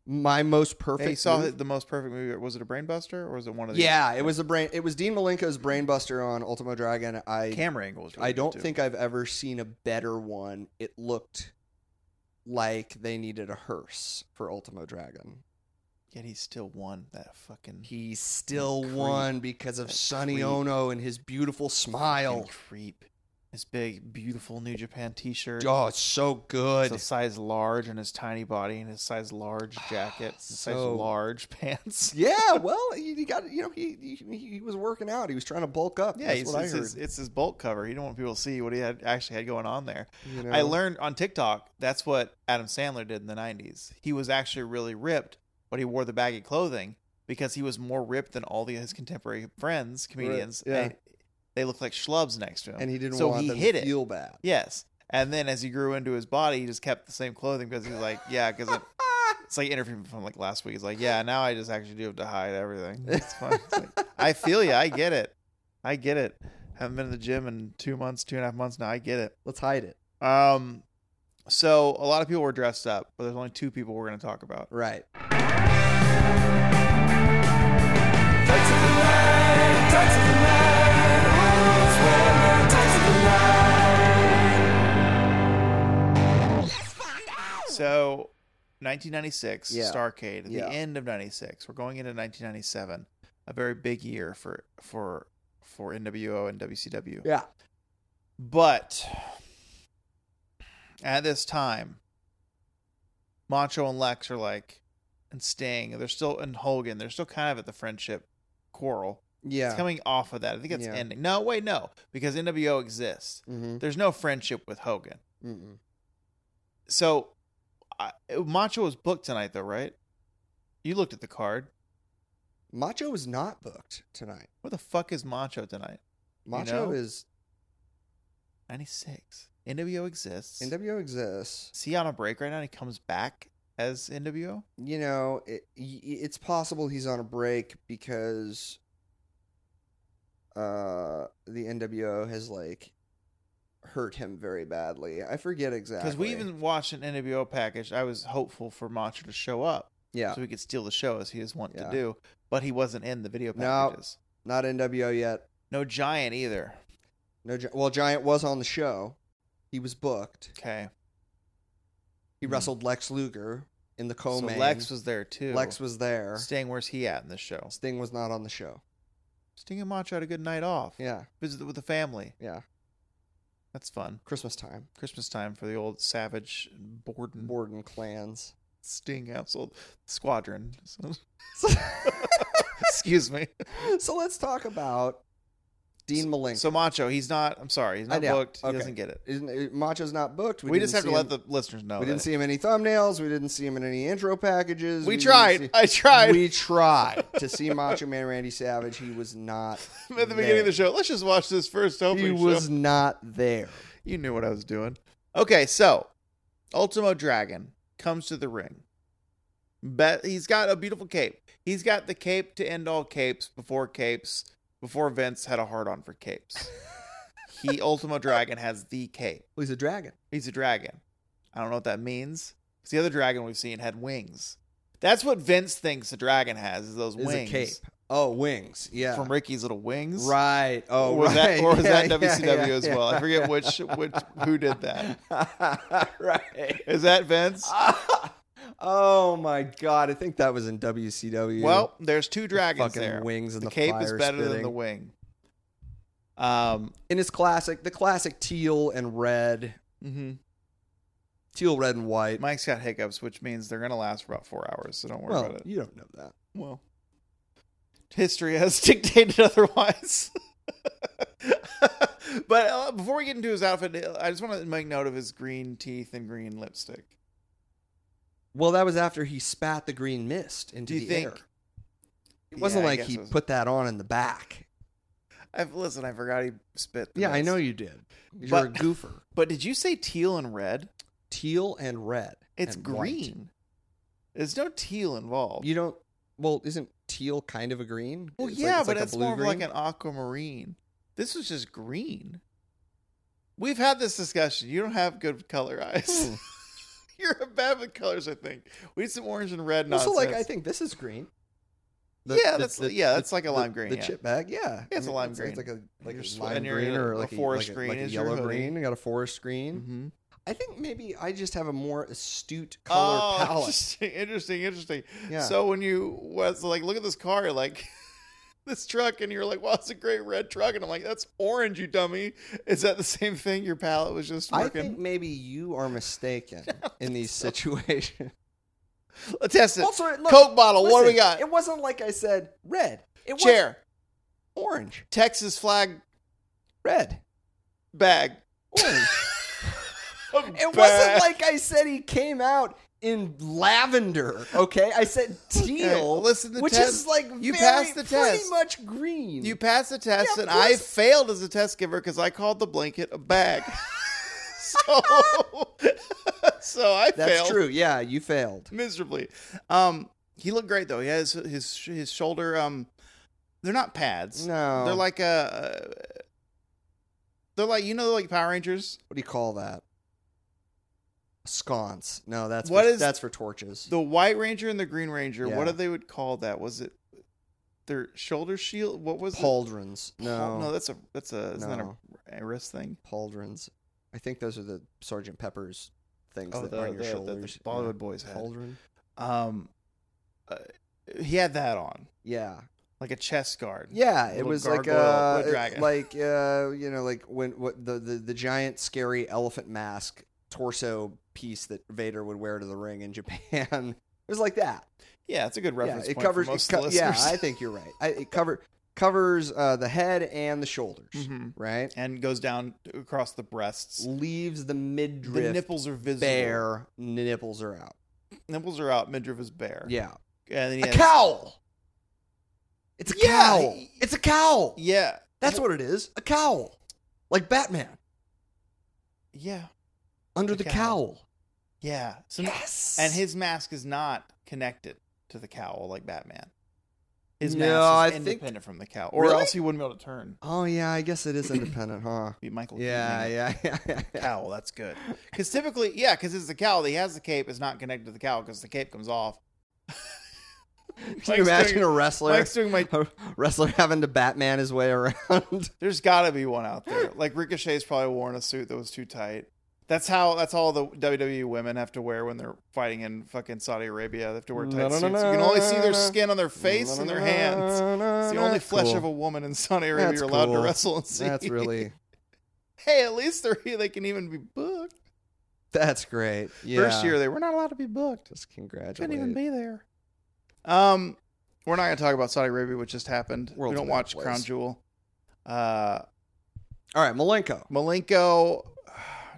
A: My most perfect.
B: They saw
A: move-
B: the most perfect move. Was it a brainbuster or was it one of the
A: yeah, it was the brain. It was Dean Malenko's brainbuster on Ultimo Dragon. I
B: camera angles?
A: I don't think I've ever seen a better one. It looked like they needed a hearse for Ultimo Dragon.
B: Yet he still won that fucking
A: He still
B: Creep.
A: won because of
B: That
A: Sonny
B: creep.
A: Ono and his beautiful
B: fucking
A: smile.
B: creep. His big, beautiful New Japan T-shirt.
A: Oh, it's so good.
B: It's a size large in his tiny body and his size large jacket, and size
A: So-
B: large pants.
A: yeah, well, he, he got you know he, he he was working out. He was trying to bulk up.
B: Yeah,
A: That's
B: he's,
A: what I
B: it's,
A: heard.
B: his, it's his bulk cover. He didn't want people to see what he had actually had going on there.
A: you
B: I
A: know?
B: learned on TikTok that's what Adam Sandler did in the '90s. He was actually really ripped, but he wore the baggy clothing because he was more ripped than all the, his contemporary friends, comedians.
A: yeah.
B: They, they looked like schlubs next to him,
A: and he didn't
B: So
A: want
B: he
A: them
B: hit
A: to
B: it.
A: feel bad.
B: Yes. And then as he grew into his body, he just kept the same clothing because he's like, yeah, because it, it's like interviewing from like last week. He's like, yeah, now I just actually do have to hide everything. It's fine. It's like, I feel you. I get it. I get it. Haven't been to the gym in two months, two and a half months now. I get it.
A: Let's hide it.
B: Um, so a lot of people were dressed up, but there's only two people we're going to talk about.
A: Right.
C: Tights of the night, tights of the night, rules weather, tights of the
B: So, 1996,
A: Yeah.
B: Starcade, the
A: Yeah.
B: end of 96. We're going into 1997, a very big year for for for NWO and WCW.
A: Yeah.
B: But at this time, Macho and Lex are like, and Sting, they're still, and Hogan, they're still kind of at the friendship quarrel.
A: Yeah.
B: It's coming off of that. I think it's
A: Yeah.
B: ending. No, wait, no, because NWO exists.
A: mm-hmm.
B: There's no friendship with Hogan.
A: Mm-mm.
B: So, I, Macho was booked tonight, though, right? You looked at the card.
A: Macho is not booked tonight.
B: Where the fuck is Macho tonight?
A: Macho
B: know?
A: is
B: 96. NWO exists.
A: NWO exists.
B: See on a break right now. And he comes back as NWO.
A: You know, it, y- y- it's possible he's on a break because uh the NWO has like hurt him very badly. I forget exactly.
B: Because we even watched an NWO package. I was hopeful for Macho to show up
A: yeah,
B: so we could steal the show as he is wont
A: Yeah.
B: to do. But he wasn't in the video
A: No.
B: packages.
A: not NWO yet.
B: No Giant either.
A: No, Gi- well, Giant was on the show. He was booked.
B: Okay.
A: He
B: Hmm.
A: wrestled Lex Luger in the
B: So
A: co-main.
B: Lex was there too.
A: Lex was there.
B: Sting, where's he at in the show?
A: Sting was not on the show.
B: Sting and Macho had a good night off.
A: Yeah,
B: Visit with the family.
A: yeah.
B: That's fun.
A: Christmas time.
B: Christmas time for the old Savage Borden
A: Borden clans.
B: Sting household squadron. So- Excuse me.
A: so let's talk about Dean Malenko.
B: So Macho, he's not. I'm sorry, he's
A: I
B: not
A: know.
B: booked.
A: Okay.
B: He doesn't get it.
A: Isn't- uh, Macho's not booked.
B: We,
A: didn't
B: just have to
A: see
B: let
A: him-
B: the listeners know.
A: We didn't
B: that-
A: see him in any thumbnails. We didn't see him in any intro packages.
B: We
A: didn't
B: tried.
A: see-
B: I tried
A: We tried to see Macho Man Randy Savage. He was not.
B: at the beginning of the show. Let's just watch this first opening
A: He
B: show.
A: was not there.
B: You knew what I was doing. Okay, so Ultimo Dragon comes to the ring. Bet he's got a beautiful cape. He's got the cape to end all capes before capes, before Vince had a hard on for capes. he Ultimo Dragon has the cape.
A: Well, he's a dragon.
B: He's a dragon. I don't know what that means. 'Cause the other dragon we've seen had wings. That's what Vince thinks a dragon has is those
A: Is
B: wings.
A: a cape. Oh, wings. Yeah.
B: From Ricky's little wings.
A: right. Oh,
B: Or was
A: right.
B: that or was
A: Yeah, yeah,
B: that WCW
A: yeah,
B: as well?
A: yeah.
B: I forget which which who did that.
A: right.
B: Is that Vince?
A: Uh, oh my god! I think that was in WCW.
B: Well, there's two dragons
A: fucking
B: there.
A: wings and
B: the
A: the
B: cape is
A: fire
B: better than
A: spitting.
B: the wing. Um,
A: in his classic, the classic teal and red,
B: mhm.
A: teal, red and white.
B: Mike's got hiccups, which means they're gonna last for about four hours. So don't worry
A: well,
B: about it.
A: you don't know that.
B: Well, history has dictated otherwise. but uh, before we get into his outfit, I just want to make note of his green teeth and green lipstick.
A: Well, that was after he spat the green mist into
B: Do you
A: the
B: think?
A: air. It wasn't
B: Yeah, I
A: like
B: guess
A: he
B: it was-
A: put that on in the back.
B: I've, listen, I forgot he spit. the
A: Yeah, I
B: mist.
A: know you did. You're a
B: But-
A: goofer.
B: But did you say teal and red?
A: Teal and red.
B: It's
A: and white.
B: green. There's no teal involved.
A: You don't. Well, isn't teal kind of a green?
B: well,
A: It's like-
B: yeah,
A: it's
B: but
A: like a
B: it's more of like
A: blue-green?
B: an aquamarine. This was just green. We've had this discussion. You don't have good color
A: Hmm.
B: eyes. You're bad with colors, I think. We did some orange and red
A: Also,
B: nonsense.
A: like I think this is green.
B: Yeah, that's- yeah, it's like a lime green,
A: The
B: yeah.
A: chip bag, yeah,
B: it's a lime
A: it's, it's like
B: green.
A: a like
B: Your
A: a
B: sw-
A: lime
B: and your-
A: green or
B: a
A: like a-
B: forest
A: like a,
B: green
A: like a
B: is your
A: yellow
B: hoodie.
A: green. You got a forest green.
B: Mhm.
A: Mm-hmm. I think maybe I just have a more astute color
B: oh,
A: palette.
B: Interesting, interesting, interesting.
A: Yeah.
B: So when you was like, look at this car, like this truck, and you're like, wow, it's a great red truck, and I'm like, that's orange, you dummy. Is that the same thing? Your palette was just
A: I
B: working.
A: think maybe you are mistaken in these situations.
B: Let's test it.
A: also, look,
B: Coke bottle. what do we
A: listen,
B: got?
A: It wasn't like I said red. It was
B: Chair.
A: orange,
B: Texas flag
A: red,
B: bag.
A: orange.
B: A
A: It wasn't
B: bag.
A: like I said he came out in lavender. Okay, I said teal.
B: Okay, listen to
A: which
B: test.
A: is like
B: You
A: very-
B: passed the
A: pretty
B: test.
A: much green.
B: You passed the test,
A: Yeah,
B: and I
A: plus-
B: failed as a test giver because I called the blanket a bag. so, so I
A: That's
B: failed.
A: true. Yeah, you failed.
B: miserably. Um, he looked great though. He has his his shoulder. Um, they're not pads.
A: No,
B: They're like a. They're like you know like Power Rangers.
A: what do you call that? Sconce. No, that's
B: What
A: for,
B: is-
A: that's for torches.
B: The White Ranger and the Green Ranger.
A: Yeah.
B: What do they would call that? Was it their shoulder shield? What was it?
A: pauldrons. No,
B: No, that's a that's a isn't
A: No.
B: that a, a wrist thing?
A: pauldrons. I think those are the Sergeant Pepper's things
B: Oh,
A: that
B: the,
A: are on
B: the,
A: your
B: the- the
A: shoulders.
B: Bollywood
A: yeah.
B: boys had.
A: pauldron.
B: Um, uh, he had that on
A: Yeah,
B: like a chest guard.
A: yeah. It
B: Little
A: was like
B: gargoyle,
A: uh,
B: red dragon.
A: like uh, you know, like when what the, the the giant scary elephant mask torso piece that Vader would wear to the ring in Japan. it was like that.
B: yeah, it's a good reference.
A: yeah, it
B: point for
A: covers. it
B: most
A: co- yeah,
B: listeners.
A: I think you're right. I, it cover covers uh, the head and the shoulders,
B: Mhm.
A: right?
B: and goes down across the breasts.
A: Leaves the midriff
B: The nipples are visible.
A: bare. Nipples are out.
B: Nipples are out. Midriff is bare.
A: Yeah.
B: and then he
A: A
B: has-
A: cowl. It's a
B: Yeah,
A: cowl.
B: y-
A: It's a cowl.
B: Yeah,
A: That's what it is. A cowl. Like Batman.
B: yeah,
A: Under
B: A
A: the
B: cowl.
A: cowl.
B: yeah. So
A: Yes.
B: and his mask is not connected to the cowl like Batman. His
A: No, I
B: mask is
A: think-
B: independent from the cowl, or
A: Really?
B: else he wouldn't be able to turn.
A: Oh yeah, I guess it is independent, huh?
B: Be Michael.
A: Yeah,
B: Keaton.
A: yeah, yeah. yeah.
B: Cowl. That's good. Because typically, yeah, because it's the cowl. He has the cape. It's not connected to the cowl because the cape comes off.
A: Can you imagine a wrestler,
B: Mike's doing my.
A: a wrestler having to Batman his way around?
B: There's got to be one out there. Like Ricochet's probably worn a suit that was too tight. That's how. That's all the WWE women have to wear when they're fighting in fucking Saudi Arabia. They have to wear tight suits. You can only see their skin on their face and their hands. It's the only flesh of a woman in Saudi Arabia
A: That's
B: you're allowed to
A: cool.
B: wrestle and see.
A: That's really.
B: hey, at least they're they can even be booked.
A: That's great. Yeah.
B: First year they were not allowed to be booked.
A: Just
B: Couldn't
A: congratulate.
B: even be there. Um, we're not gonna talk about Saudi Arabia, which just happened.
A: World's
B: we don't
A: a bad
B: watch
A: place.
B: Crown Jewel. Uh,
A: All right, Malenko.
B: Malenko,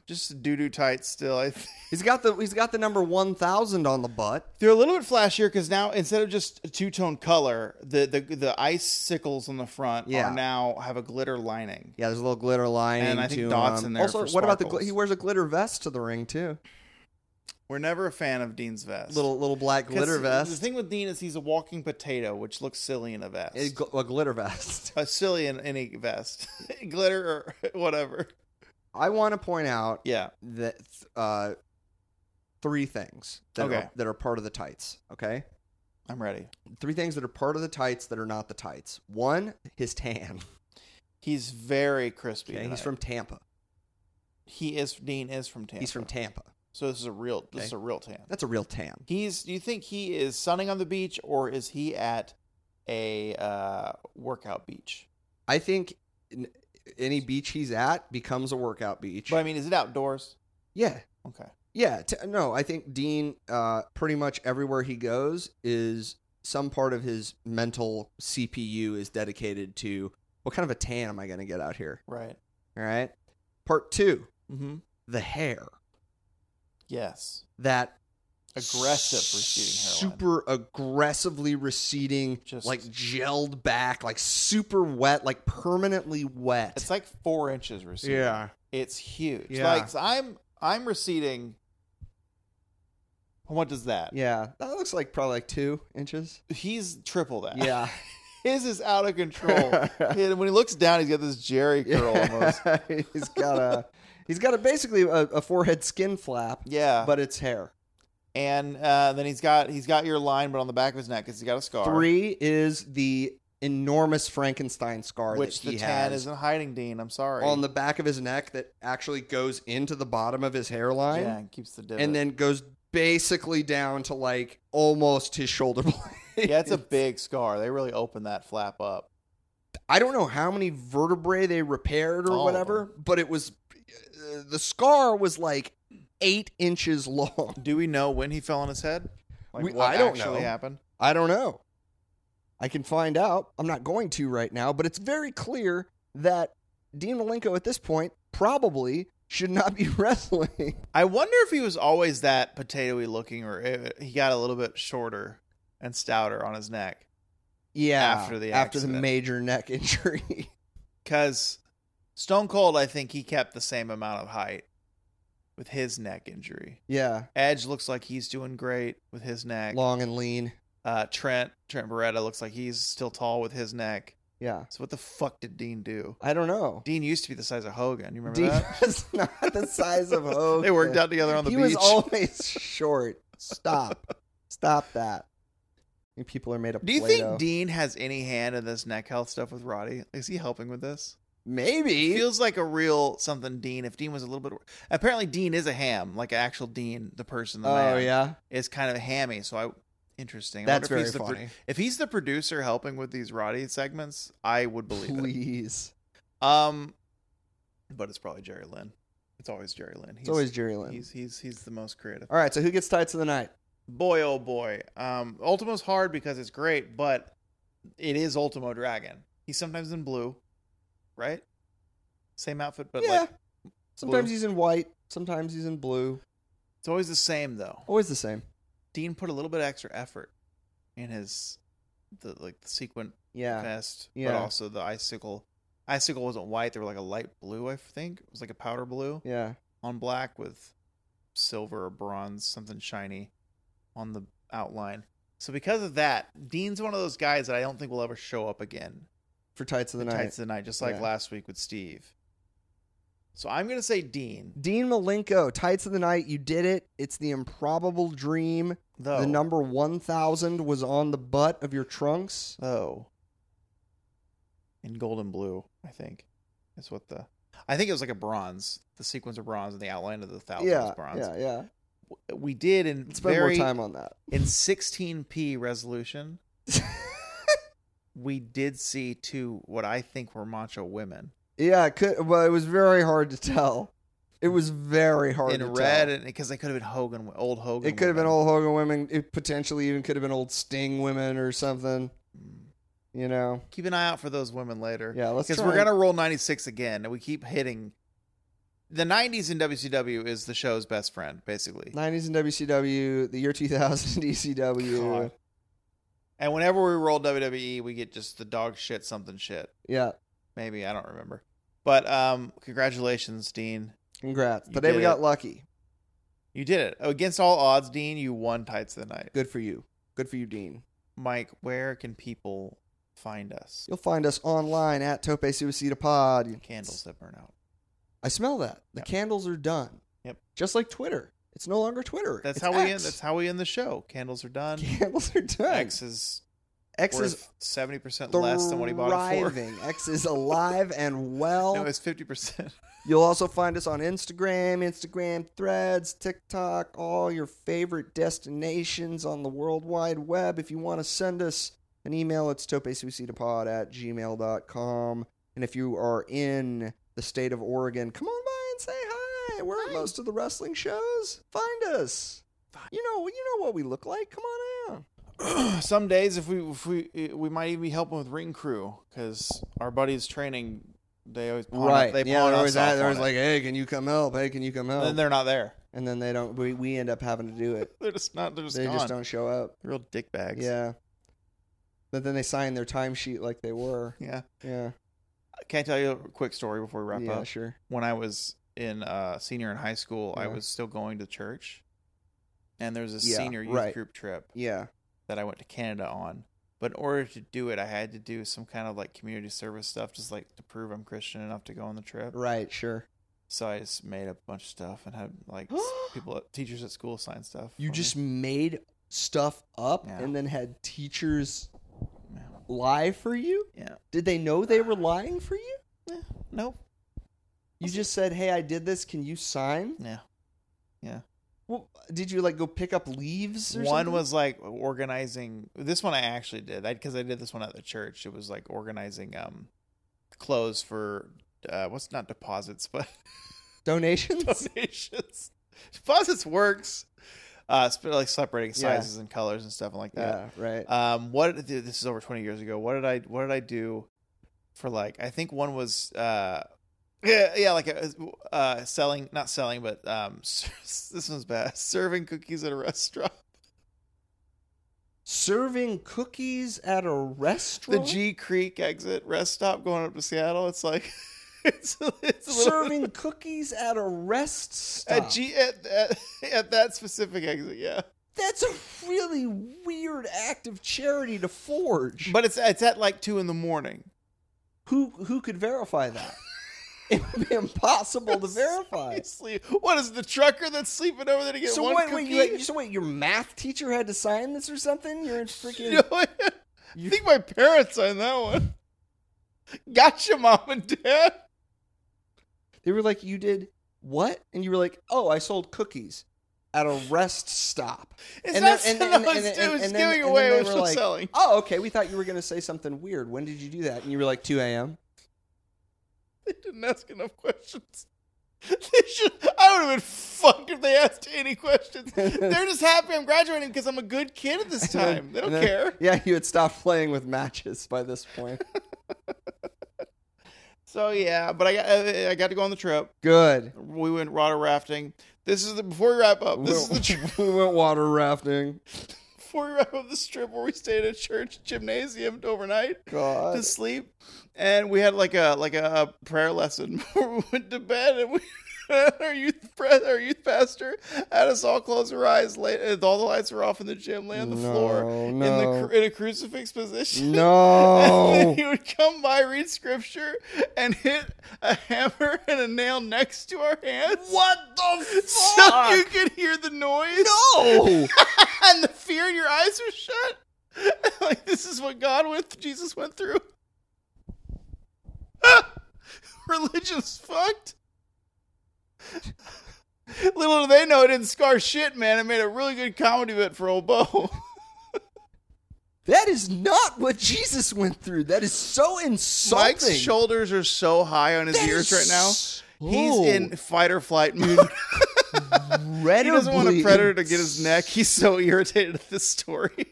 B: just doo doo tight still. I think.
A: He's got the he's got the number one thousand on the butt.
B: They're a little bit flashier because now instead of just two tone color, the the the icicles on the front
A: Yeah.
B: are now have a glitter lining.
A: Yeah, there's a little glitter lining.
B: And I think
A: to
B: dots
A: him.
B: in there
A: Also,
B: for
A: what about the gl-
B: sparkles.
A: he wears a glitter vest to the ring too?
B: We're never a fan of Dean's vest.
A: Little little black
B: 'Cause
A: glitter vest.
B: The thing with Dean is he's a walking potato, which looks silly in a vest.
A: It gl- a glitter vest.
B: a silly in any vest, glitter or whatever.
A: I want to point out
B: Yeah.
A: that uh, three things that
B: Okay.
A: are, that are part of the tights. Okay,
B: I'm ready.
A: three things that are part of the tights that are not the tights. One, his tan.
B: He's very crispy.
A: Okay,
B: tonight.
A: he's from Tampa.
B: He is Dean is from Tampa.
A: He's from Tampa.
B: So this is a real this is
A: Okay.
B: a real tan.
A: That's a real tan.
B: He's. Do you think he is sunning on the beach or is he at a uh, workout beach?
A: I think n- any beach he's at becomes a workout beach.
B: But I mean, is it outdoors?
A: yeah,
B: Okay.
A: Yeah, t- no, I think Dean, uh, pretty much everywhere he goes, is some part of his mental CPU is dedicated to what kind of a tan am I going to get out here?
B: Right.
A: All right. Part two,
B: Mm-hmm.
A: the hair.
B: Yes.
A: That
B: Aggressive receding hairline.
A: super aggressively receding,
B: Just-
A: like gelled back, like super wet, like permanently wet.
B: It's like four inches receding.
A: yeah,
B: It's huge.
A: Yeah.
B: Like so I'm I'm receding. What does that?
A: yeah. That looks like probably like two inches.
B: He's triple that.
A: Yeah,
B: His is out of control. and when he looks down, he's got this Jerry curl almost.
A: he's got a he's got a basically a, a forehead skin flap,
B: Yeah.
A: but it's hair.
B: and uh, then he's got he's got your line, but on the back of his neck because he's got a scar.
A: Three is the enormous Frankenstein scar
B: which
A: that
B: the
A: he
B: tan
A: has
B: isn't hiding, Dean. I'm sorry.
A: on the back of his neck that actually goes into the bottom of his hairline
B: yeah, and keeps the divot.
A: and then goes basically down to like almost his shoulder blade.
B: yeah, it's a big scar. They really opened that flap up.
A: I don't know how many vertebrae they repaired or
B: All of
A: whatever, but it was uh, the scar was like eight inches long.
B: Do we know when he fell on his head? Like
A: We-
B: what
A: I don't
B: actually
A: know.
B: happened?
A: I don't know. I can find out. I'm not going to right now, but it's very clear that Dean Malenko at this point probably should not be wrestling.
B: I wonder if he was always that potatoy looking, or if he got a little bit shorter and stouter on his neck.
A: yeah,
B: After the
A: after the
B: accident.
A: major neck injury.
B: Because Stone Cold, I think he kept the same amount of height with his neck injury.
A: yeah,
B: Edge looks like he's doing great with his neck.
A: long and lean.
B: Uh, Trent Trent Beretta looks like he's still tall with his neck.
A: Yeah,
B: So what the fuck did Dean do?
A: I don't know.
B: Dean used to be the size of Hogan. You remember
A: Dean
B: that?
A: was not the size of Hogan.
B: They worked out together on the
A: he was
B: beach.
A: always short. Stop, stop that. You People are made of.
B: do you
A: Play-Doh.
B: think Dean has any hand in this neck health stuff with Roddy? Is he helping with this?
A: maybe?
B: feels like a real something Dean. If Dean was a little bit, apparently Dean is a ham, like an actual Dean, the person. The
A: oh
B: man,
A: yeah,
B: is kind of hammy. So I interesting. I
A: that's
B: wonder
A: very
B: if he's The,
A: funny.
B: pro- if he's the producer helping with these Roddy segments, I would believe
A: Please.
B: it. Um, but it's probably Jerry Lynn. It's always Jerry Lynn.
A: It's
B: He's,
A: always Jerry Lynn.
B: he's he's he's the most creative.
A: All right, so who gets tights of the night?
B: Boy, oh boy. Um, Ultimo's hard because it's great, but it is Ultimo Dragon. He's sometimes in blue, right? Same outfit, but
A: yeah.
B: like
A: sometimes
B: blue.
A: he's in white, sometimes he's in blue.
B: it's always the same though.
A: Always the same.
B: Dean put a little bit extra effort in his the like the sequin
A: Yeah.
B: vest, but
A: Yeah.
B: also the icicle. Icicle wasn't white; they were like a light blue, I think. It was like a powder blue
A: Yeah.
B: on black with silver or bronze, something shiny on the outline. So because of that, Dean's one of those guys that I don't think will ever show up again.
A: For Tights of the
B: in
A: Night.
B: Tights of the night, just like
A: Yeah.
B: last week with Steve. So I'm gonna say Dean.
A: Dean Malenko, Tights of the Night, you did it. It's the improbable dream.
B: Though
A: The number 1000 was on the butt of your trunks.
B: though in golden blue, I think is what the. I think it was like a bronze. The sequence of bronze and the outline of the thousand was
A: yeah,
B: bronze.
A: yeah, yeah.
B: We did in
A: Let's spend
B: very
A: more time on that.
B: in 16p resolution. we did see two what I think were macho women
A: Yeah, it could, well, it was very hard to tell. It was very hard to
B: in red,
A: tell.
B: and because they could have been Hogan, old Hogan.
A: It could have been
B: women.
A: old Hogan women. It potentially even could have been old Sting women or something. You know?
B: Mm. Keep an eye out for those women later.
A: Yeah, let's
B: because
A: try
B: we're
A: and-
B: gonna roll 96 again, and we keep hitting. The 90s in WCW is the show's best friend, basically.
A: 90s in WCW, the year 2000 in E ECW.
B: God. And whenever we roll WWE, we get just the dog shit, something shit.
A: Yeah,
B: Maybe I don't remember. But um, congratulations, Dean.
A: congrats.
B: You
A: Today we
B: did
A: got
B: it.
A: lucky.
B: You did it against all odds, Dean. You won tights of the night.
A: Good for you. Good for you, Dean.
B: Mike, where can people find us?
A: You'll find us online at Tope Suicida Pod.
B: Candles that burn out.
A: I smell that. The
B: Yep.
A: candles are done.
B: Yep.
A: Just like Twitter. It's no longer Twitter.
B: That's
A: It's
B: how we end.
A: X.
B: That's how we end the show. Candles are done.
A: candles are done.
B: X is
A: X is
B: worth seventy percent less than what he bought it for.
A: thriving. X is alive and well.
B: No, it's fifty percent.
A: You'll also find us on Instagram, Instagram threads, TikTok, all your favorite destinations on the World Wide Web. If you want to send us an email, it's topesuicidapod at gmail.com. And if you are in the state of Oregon, come on by and say hi. We're at most of the wrestling shows. Find us. You know, you know what we look like. Come on out.
B: Some days, if we if we eh, we might even be helping with ring crew because our buddies training. They always pawn It, they pawn
A: yeah, there
B: us
A: was
B: off
A: that. There
B: on
A: was
B: it.
A: like, oh. hey, can you come help? Hey, can you come
B: And then
A: help?
B: they're not there.
A: And then they don't. We, we end up having to do it.
B: They're just not. They're just
A: they
B: gone.
A: just don't show up.
B: Real dick bags.
A: Yeah. But then they signed their timesheet like they were.
B: Yeah.
A: Yeah.
B: Can I tell you a quick story before we wrap
A: yeah,
B: up?
A: sure.
B: when I was in uh, senior in high school, I
A: Yeah.
B: was still going to church, and there was a
A: Yeah,
B: senior youth
A: right.
B: group trip
A: Yeah.
B: that I went to Canada on. But in order to do it, I had to do some kind of like community service stuff, just like to prove I'm Christian enough to go on the trip.
A: Right, sure.
B: So I just made up a bunch of stuff and had like people, teachers at school, sign stuff.
A: You
B: for me.
A: just made stuff up
B: Yeah.
A: and then had teachers
B: Yeah.
A: lie for you?
B: Yeah.
A: Did they know they were lying for you?
B: nope.
A: You just said, "Hey, I did this. Can you sign?"
B: Yeah.
A: Well, did you like go pick up leaves or
B: One
A: something?
B: was like organizing. This one I actually did that because I did this one at the church. It was like organizing um clothes for uh what's not deposits but
A: donations?
B: donations. Deposits works. Uh, it's been, like separating
A: Yeah.
B: sizes and colors and stuff like that.
A: yeah, right.
B: Um, what did- this is over twenty years ago. What did I what did I do for like I think one was uh yeah yeah like uh, uh selling not selling but um this one's bad serving cookies at a restaurant.
A: Serving cookies at a
B: the
A: restaurant?
B: G Creek exit rest stop going up to Seattle. It's like it's, it's a little,
A: Serving cookies at a rest stop.
B: at G at, at at that specific exit. Yeah,
A: That's a really weird act of charity to forge.
B: but it's it's at like two in the morning.
A: who who could verify that? it would be impossible to verify.
B: Obviously, what is the trucker that's sleeping over there to get
A: So
B: one
A: what? Wait,
B: cookie?
A: you, you- so wait, your math teacher had to sign this or something? You're in freaking.
B: You know what? I think my parents signed that one. Gotcha, mom and dad.
A: They were like, you did what? And you were like, oh, I sold cookies at a rest stop.
B: It's
A: And
B: not
A: then- and-
B: selling.
A: and- and-
B: it's- it
A: and-
B: was
A: and then-
B: giving
A: and
B: away.
A: then
B: It
A: they
B: was
A: were
B: just
A: like,
B: selling.
A: Oh, okay. We thought you were going to say something weird. When did you do that? And you were like, 2 a.m.
B: They didn't ask enough questions. They should. I would have been fucked if they asked any questions. They're just happy I'm graduating because I'm a good kid at this
A: And then-
B: time. They don't
A: and then-
B: care.
A: Yeah, you had stopped playing with matches by this point.
B: So yeah, but I got I I got to go on the trip.
A: Good.
B: We went water rafting. This is the before we wrap up. This is the trip.
A: we went water rafting.
B: before we wrap up the strip where we stayed at a church gymnasium overnight
A: God.
B: to sleep, and we had like a like a prayer lesson where we went to bed and we. Our youth, pre- our youth pastor had us all close our eyes. Lay, and all the lights were off in the gym, lay on the floor
A: No,
B: in the
A: no.
B: cru- in a crucifix position. And then
A: No.
B: he would come by, read scripture, and hit a hammer and a nail next to our hands.
A: what the
B: So you
A: fuck?
B: could hear the noise.
A: no.
B: and the fear in your eyes was shut. like this is what God went, Jesus went through. Religion's fucked. Little do they know it didn't scar shit, man. It made a really good comedy bit for old Bo.
A: That is not what Jesus went through. That is so insulting.
B: Mike's shoulders are so high on his
A: That is
B: ears right now.
A: so
B: He's in fight or flight mode. he doesn't want a
A: incredibly
B: predator to get his neck. He's so irritated at this story.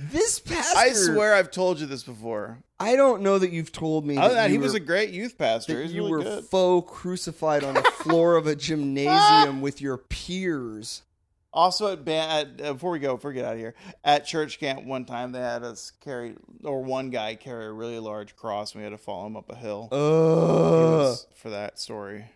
A: This pastor.
B: I swear I've told you this before.
A: I don't know that you've told me.
B: Other than
A: that
B: that,
A: you
B: he was
A: were-
B: a great youth pastor.
A: that
B: He's
A: you
B: really
A: were
B: good.
A: faux crucified on the floor of a gymnasium with your peers.
B: Also, at, ba- at uh, before we go, before we get out of here, at church camp one time they had us carry, or one guy carry a really large cross, and we had to follow him up a hill. He
A: Uh. Ugh.
B: was- for that story,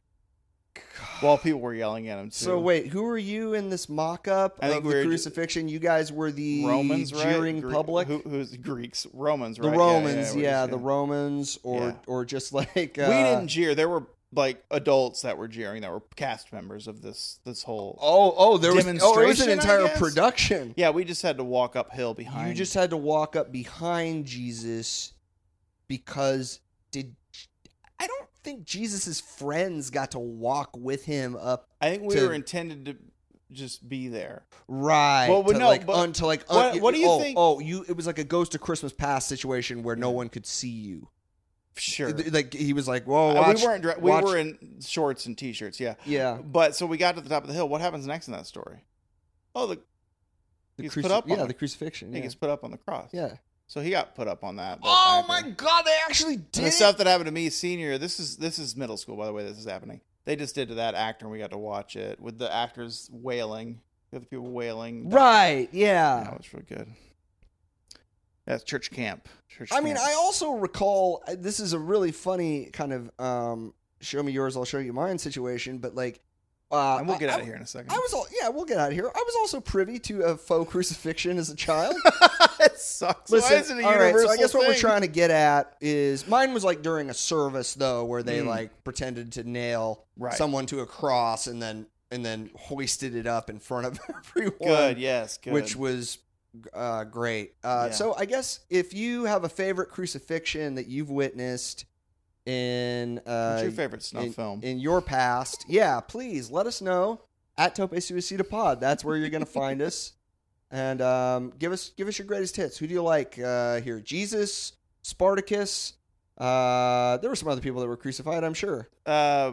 B: while people were yelling at him too.
A: So wait, who were you in this mock-up
B: I
A: of
B: think we
A: the
B: were-
A: crucifixion? You guys were the
B: Romans, right?
A: jeering
B: Gre-
A: public,
B: Who, who's Greeks? Romans,
A: the
B: right? Yeah, yeah,
A: Romans,
B: we're
A: yeah,
B: just-
A: the Romans, or
B: Yeah.
A: or just like uh,
B: we didn't jeer. There were like adults that were jeering that were cast members of this this whole.
A: Oh, oh, there was oh, it was an
B: Demonstration, I
A: entire
B: guess?
A: production.
B: Yeah, we just had to walk uphill behind.
A: You just had to walk up behind Jesus because did I don't think Jesus's friends got to walk with him up
B: I think we
A: to-
B: were intended to just be there.
A: right
B: Well, but
A: to
B: no,
A: like
B: but
A: un, to like un-
B: what- what do you
A: oh,
B: think-
A: Oh, you it was like a ghost of Christmas past situation where no one could see you.
B: Sure.
A: Like he was like, "Whoa,
B: Uh,
A: watch,
B: we weren't. dre- We
A: watch-
B: were in shorts and t-shirts. Yeah.
A: yeah."
B: But so we got to the top of the hill. What happens next in that story? Oh, the
A: The
B: gets
A: cruci-
B: put up
A: yeah,
B: on
A: the
B: it.
A: crucifixion.
B: he
A: Yeah.
B: gets put up on the cross.
A: yeah.
B: So he got put up on that. but
A: Oh
B: after-
A: my god, they actually did
B: And the
A: it?
B: stuff that happened to me senior. This is this is middle school, by the way. This is happening. They just did to that actor, and we got to watch it with the actors wailing, the other people wailing. That-
A: Right.
B: Yeah,
A: Yeah.
B: it was real good. That's church camp. Church
A: I mean,
B: camp.
A: I also recall uh, this is a really funny kind of um, show me yours, I'll show you mine situation, but like, uh,
B: and we'll get
A: I-
B: out
A: I-
B: of here in a second.
A: I was all yeah, we'll get out of here. I was also privy to a faux crucifixion as a child.
B: it sucks. Why is it a
A: all right,
B: universal
A: so I guess what we're
B: thing?
A: trying to get at is mine was like during a service though, where they
B: Mm.
A: like pretended to nail
B: Right.
A: someone to a cross and then and then hoisted it up in front of everyone
B: Good. Yes. Good.
A: which was uh, great. Uh,
B: Yeah.
A: So I guess if you have a favorite crucifixion that you've witnessed in
B: What's
A: uh,
B: your favorite snuff film?
A: in your past, yeah, please let us know at Tope Suicida Pod. That's where you're going to find us. And um, give us give us your greatest hits. Who do you like uh, here? Jesus, Spartacus. Uh, there were some other people that were crucified, I'm sure.
B: uh,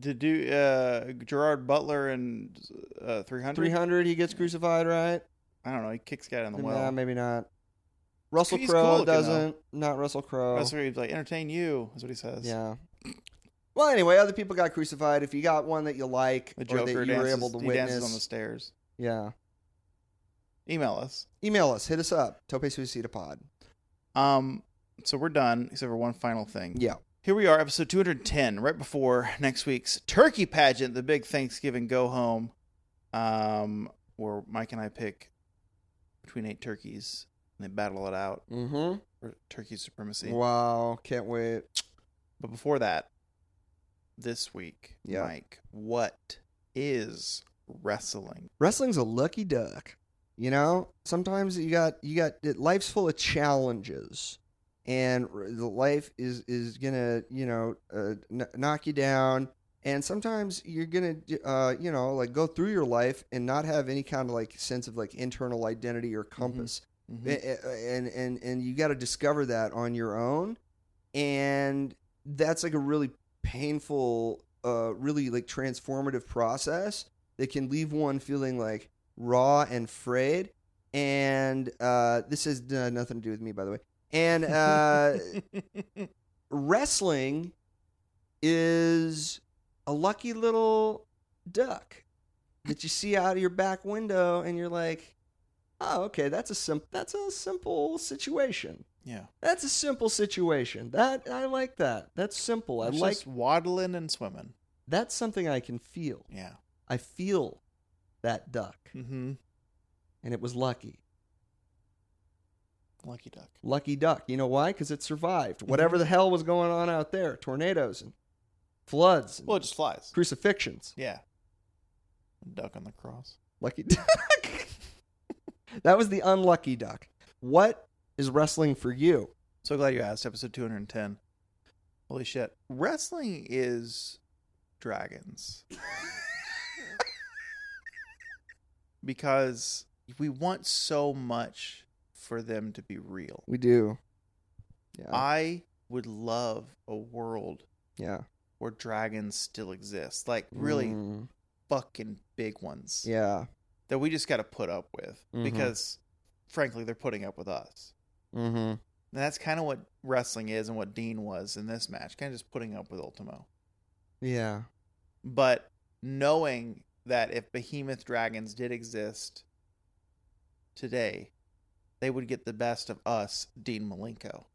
B: to do uh, Gerard Butler and uh, 300?
A: 300, he gets crucified, right?
B: I don't know. He kicks guy in the
A: Nah,
B: well.
A: maybe not. Russell
B: he's
A: Crowe
B: cool looking, though.
A: doesn't. Not Russell Crowe.
B: That's where he's like, entertain you, is what he says.
A: Yeah. Well, anyway, other people got crucified. If you got one that you like
B: The
A: or that
B: Joker
A: you
B: dances,
A: were able to
B: he dances on the
A: witness,
B: stairs.
A: yeah,
B: Email us.
A: email us, hit us up, Tope Suicida Pod.
B: Um, so we're done, except for one final thing.
A: Yeah,
B: Here we are, episode 210, right before next week's turkey pageant, the big Thanksgiving go home, um, where Mike and I pick between eight turkeys and they battle it out
A: mm-hmm.
B: for turkey supremacy.
A: Wow, can't wait.
B: But before that, this week,
A: Yeah.
B: Mike, what is wrestling?
A: Wrestling's a lucky duck. You know, sometimes you got you got it, life's full of challenges, and r- the life is is gonna you know uh, kn knock you down. And sometimes you're gonna uh, you know like go through your life and not have any kind of like sense of like internal identity or compass.
B: Mhm.
A: A- a- and and and you got to discover that on your own and that's like a really painful uh really like transformative process that can leave one feeling like raw and frayed and uh this has uh, nothing to do with me by the way and uh wrestling is a lucky little duck that you see out of your back window, and you're like, "Oh, okay, that's a sim- that's a simple situation.
B: Yeah.
A: That's a simple situation. That I like that. That's simple. I
B: It's
A: like
B: just waddling and swimming.
A: that's something I can feel.
B: Yeah.
A: I feel that duck,
B: Mm-hmm.
A: and it was lucky."
B: Lucky duck.
A: Lucky duck. You know why? Because it
B: Mm-hmm.
A: survived. Whatever the hell was going on out there tornadoes and floods, and
B: Well, it just flies.
A: crucifixions.
B: Yeah. Duck on the cross.
A: Lucky duck. that was the unlucky duck. What is wrestling for you?
B: So glad you asked. Episode 210. Holy shit. Wrestling is dragons. because we want so much for them to be real.
A: We do. Yeah.
B: I would love a world
A: yeah.
B: where dragons still exist. Like really
A: Mm,
B: fucking big ones
A: yeah.
B: that we just got to put up with
A: Mhm.
B: because frankly they're putting up with us.
A: Mm-hmm.
B: And that's kind of what wrestling is and what Dean was in this match, kind of just putting up with Ultimo.
A: Yeah.
B: But knowing that if behemoth dragons did exist today, they would get the best of us, Dean Malenko,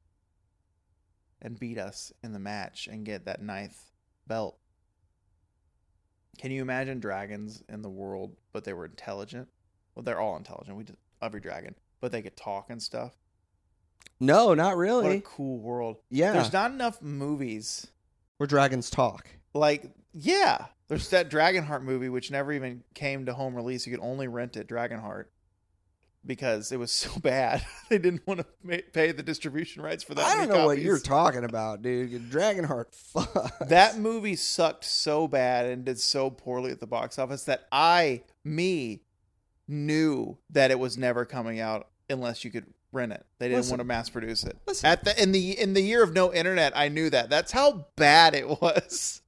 B: and beat us in the match and get that ninth belt. Can you imagine dragons in the world, but they were intelligent? Well, they're all intelligent. We just, every dragon, but they could talk and stuff.
A: No, not
B: What
A: really.
B: a cool world.
A: yeah.
B: There's not enough movies
A: Where dragons talk.
B: like, yeah, there's that Dragonheart movie which never even came to home release. You could only rent it, Dragonheart, because it was so bad they didn't want to ma- pay the distribution rights for that.
A: I don't
B: many
A: know what
B: copies.
A: you're talking about, dude. Dragonheart fuck.
B: That movie sucked so bad and did so poorly at the box office that I, me, knew that it was never coming out unless you could rent it. They didn't
A: Listen.
B: want to mass produce it.
A: Listen.
B: At the in the in the year of no internet, I knew that. That's how bad it was.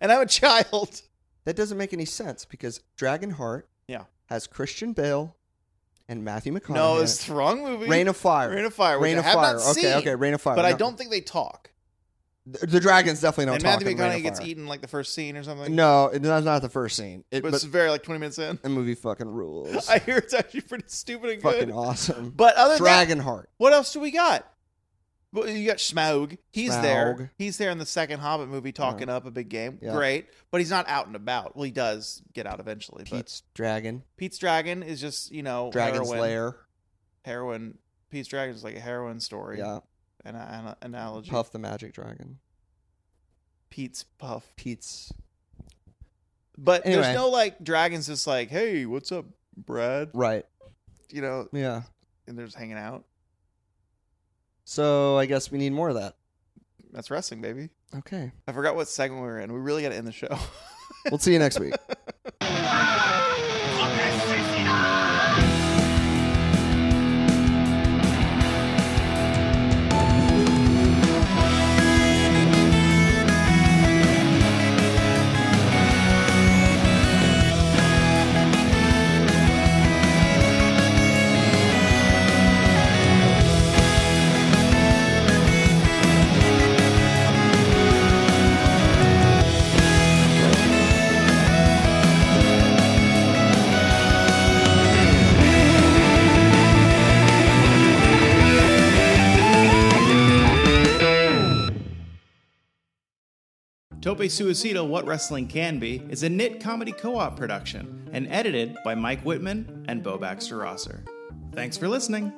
B: And I'm a child.
A: That doesn't make any sense because Dragonheart
B: Yeah.
A: has Christian Bale and Matthew McConaughey.
B: No, it's the wrong movie.
A: Rain of Fire.
B: Rain of Fire. Which
A: Rain
B: I
A: of
B: have
A: Fire.
B: Not
A: okay,
B: seen,
A: okay, Rain of Fire.
B: But I
A: No,
B: don't think they talk.
A: The, the dragons definitely don't
B: and
A: talk.
B: Matthew
A: in Rain of
B: McConaughey gets
A: Fire.
B: eaten like the first scene or something.
A: No, it- that's not the first scene. It,
B: but,
A: but
B: it's very like 20 minutes in.
A: the movie fucking rules.
B: I hear it's actually pretty stupid and
A: fucking
B: good.
A: awesome.
B: But other than that,
A: Dragonheart.
B: what else do we got? Well, you got Smaug. He's
A: Smaug.
B: there. He's there in the second Hobbit movie talking up a big game.
A: Yeah.
B: Great. But he's not out and about. Well, he does get out eventually. But
A: Pete's dragon.
B: Pete's Dragon is just, you know,
A: Dragon's
B: heroin.
A: lair.
B: Heroin. Pete's Dragon is like a heroin story.
A: Yeah.
B: An, an analogy.
A: Puff the magic dragon.
B: Pete's Puff.
A: Pete's
B: But
A: Anyway.
B: there's no like dragons just like, hey, what's up, Brad?
A: right.
B: You know,
A: Yeah.
B: and they're just hanging out.
A: So I guess we need more of that.
B: That's wrestling, baby.
A: Okay.
B: I forgot what segment we were in. We really got to end the show.
A: We'll see you next week.
D: Tope Suicida What Wrestling Can Be is a knit comedy co op production and edited by Mike Whitman and Bo Baxter Rosser. Thanks for listening.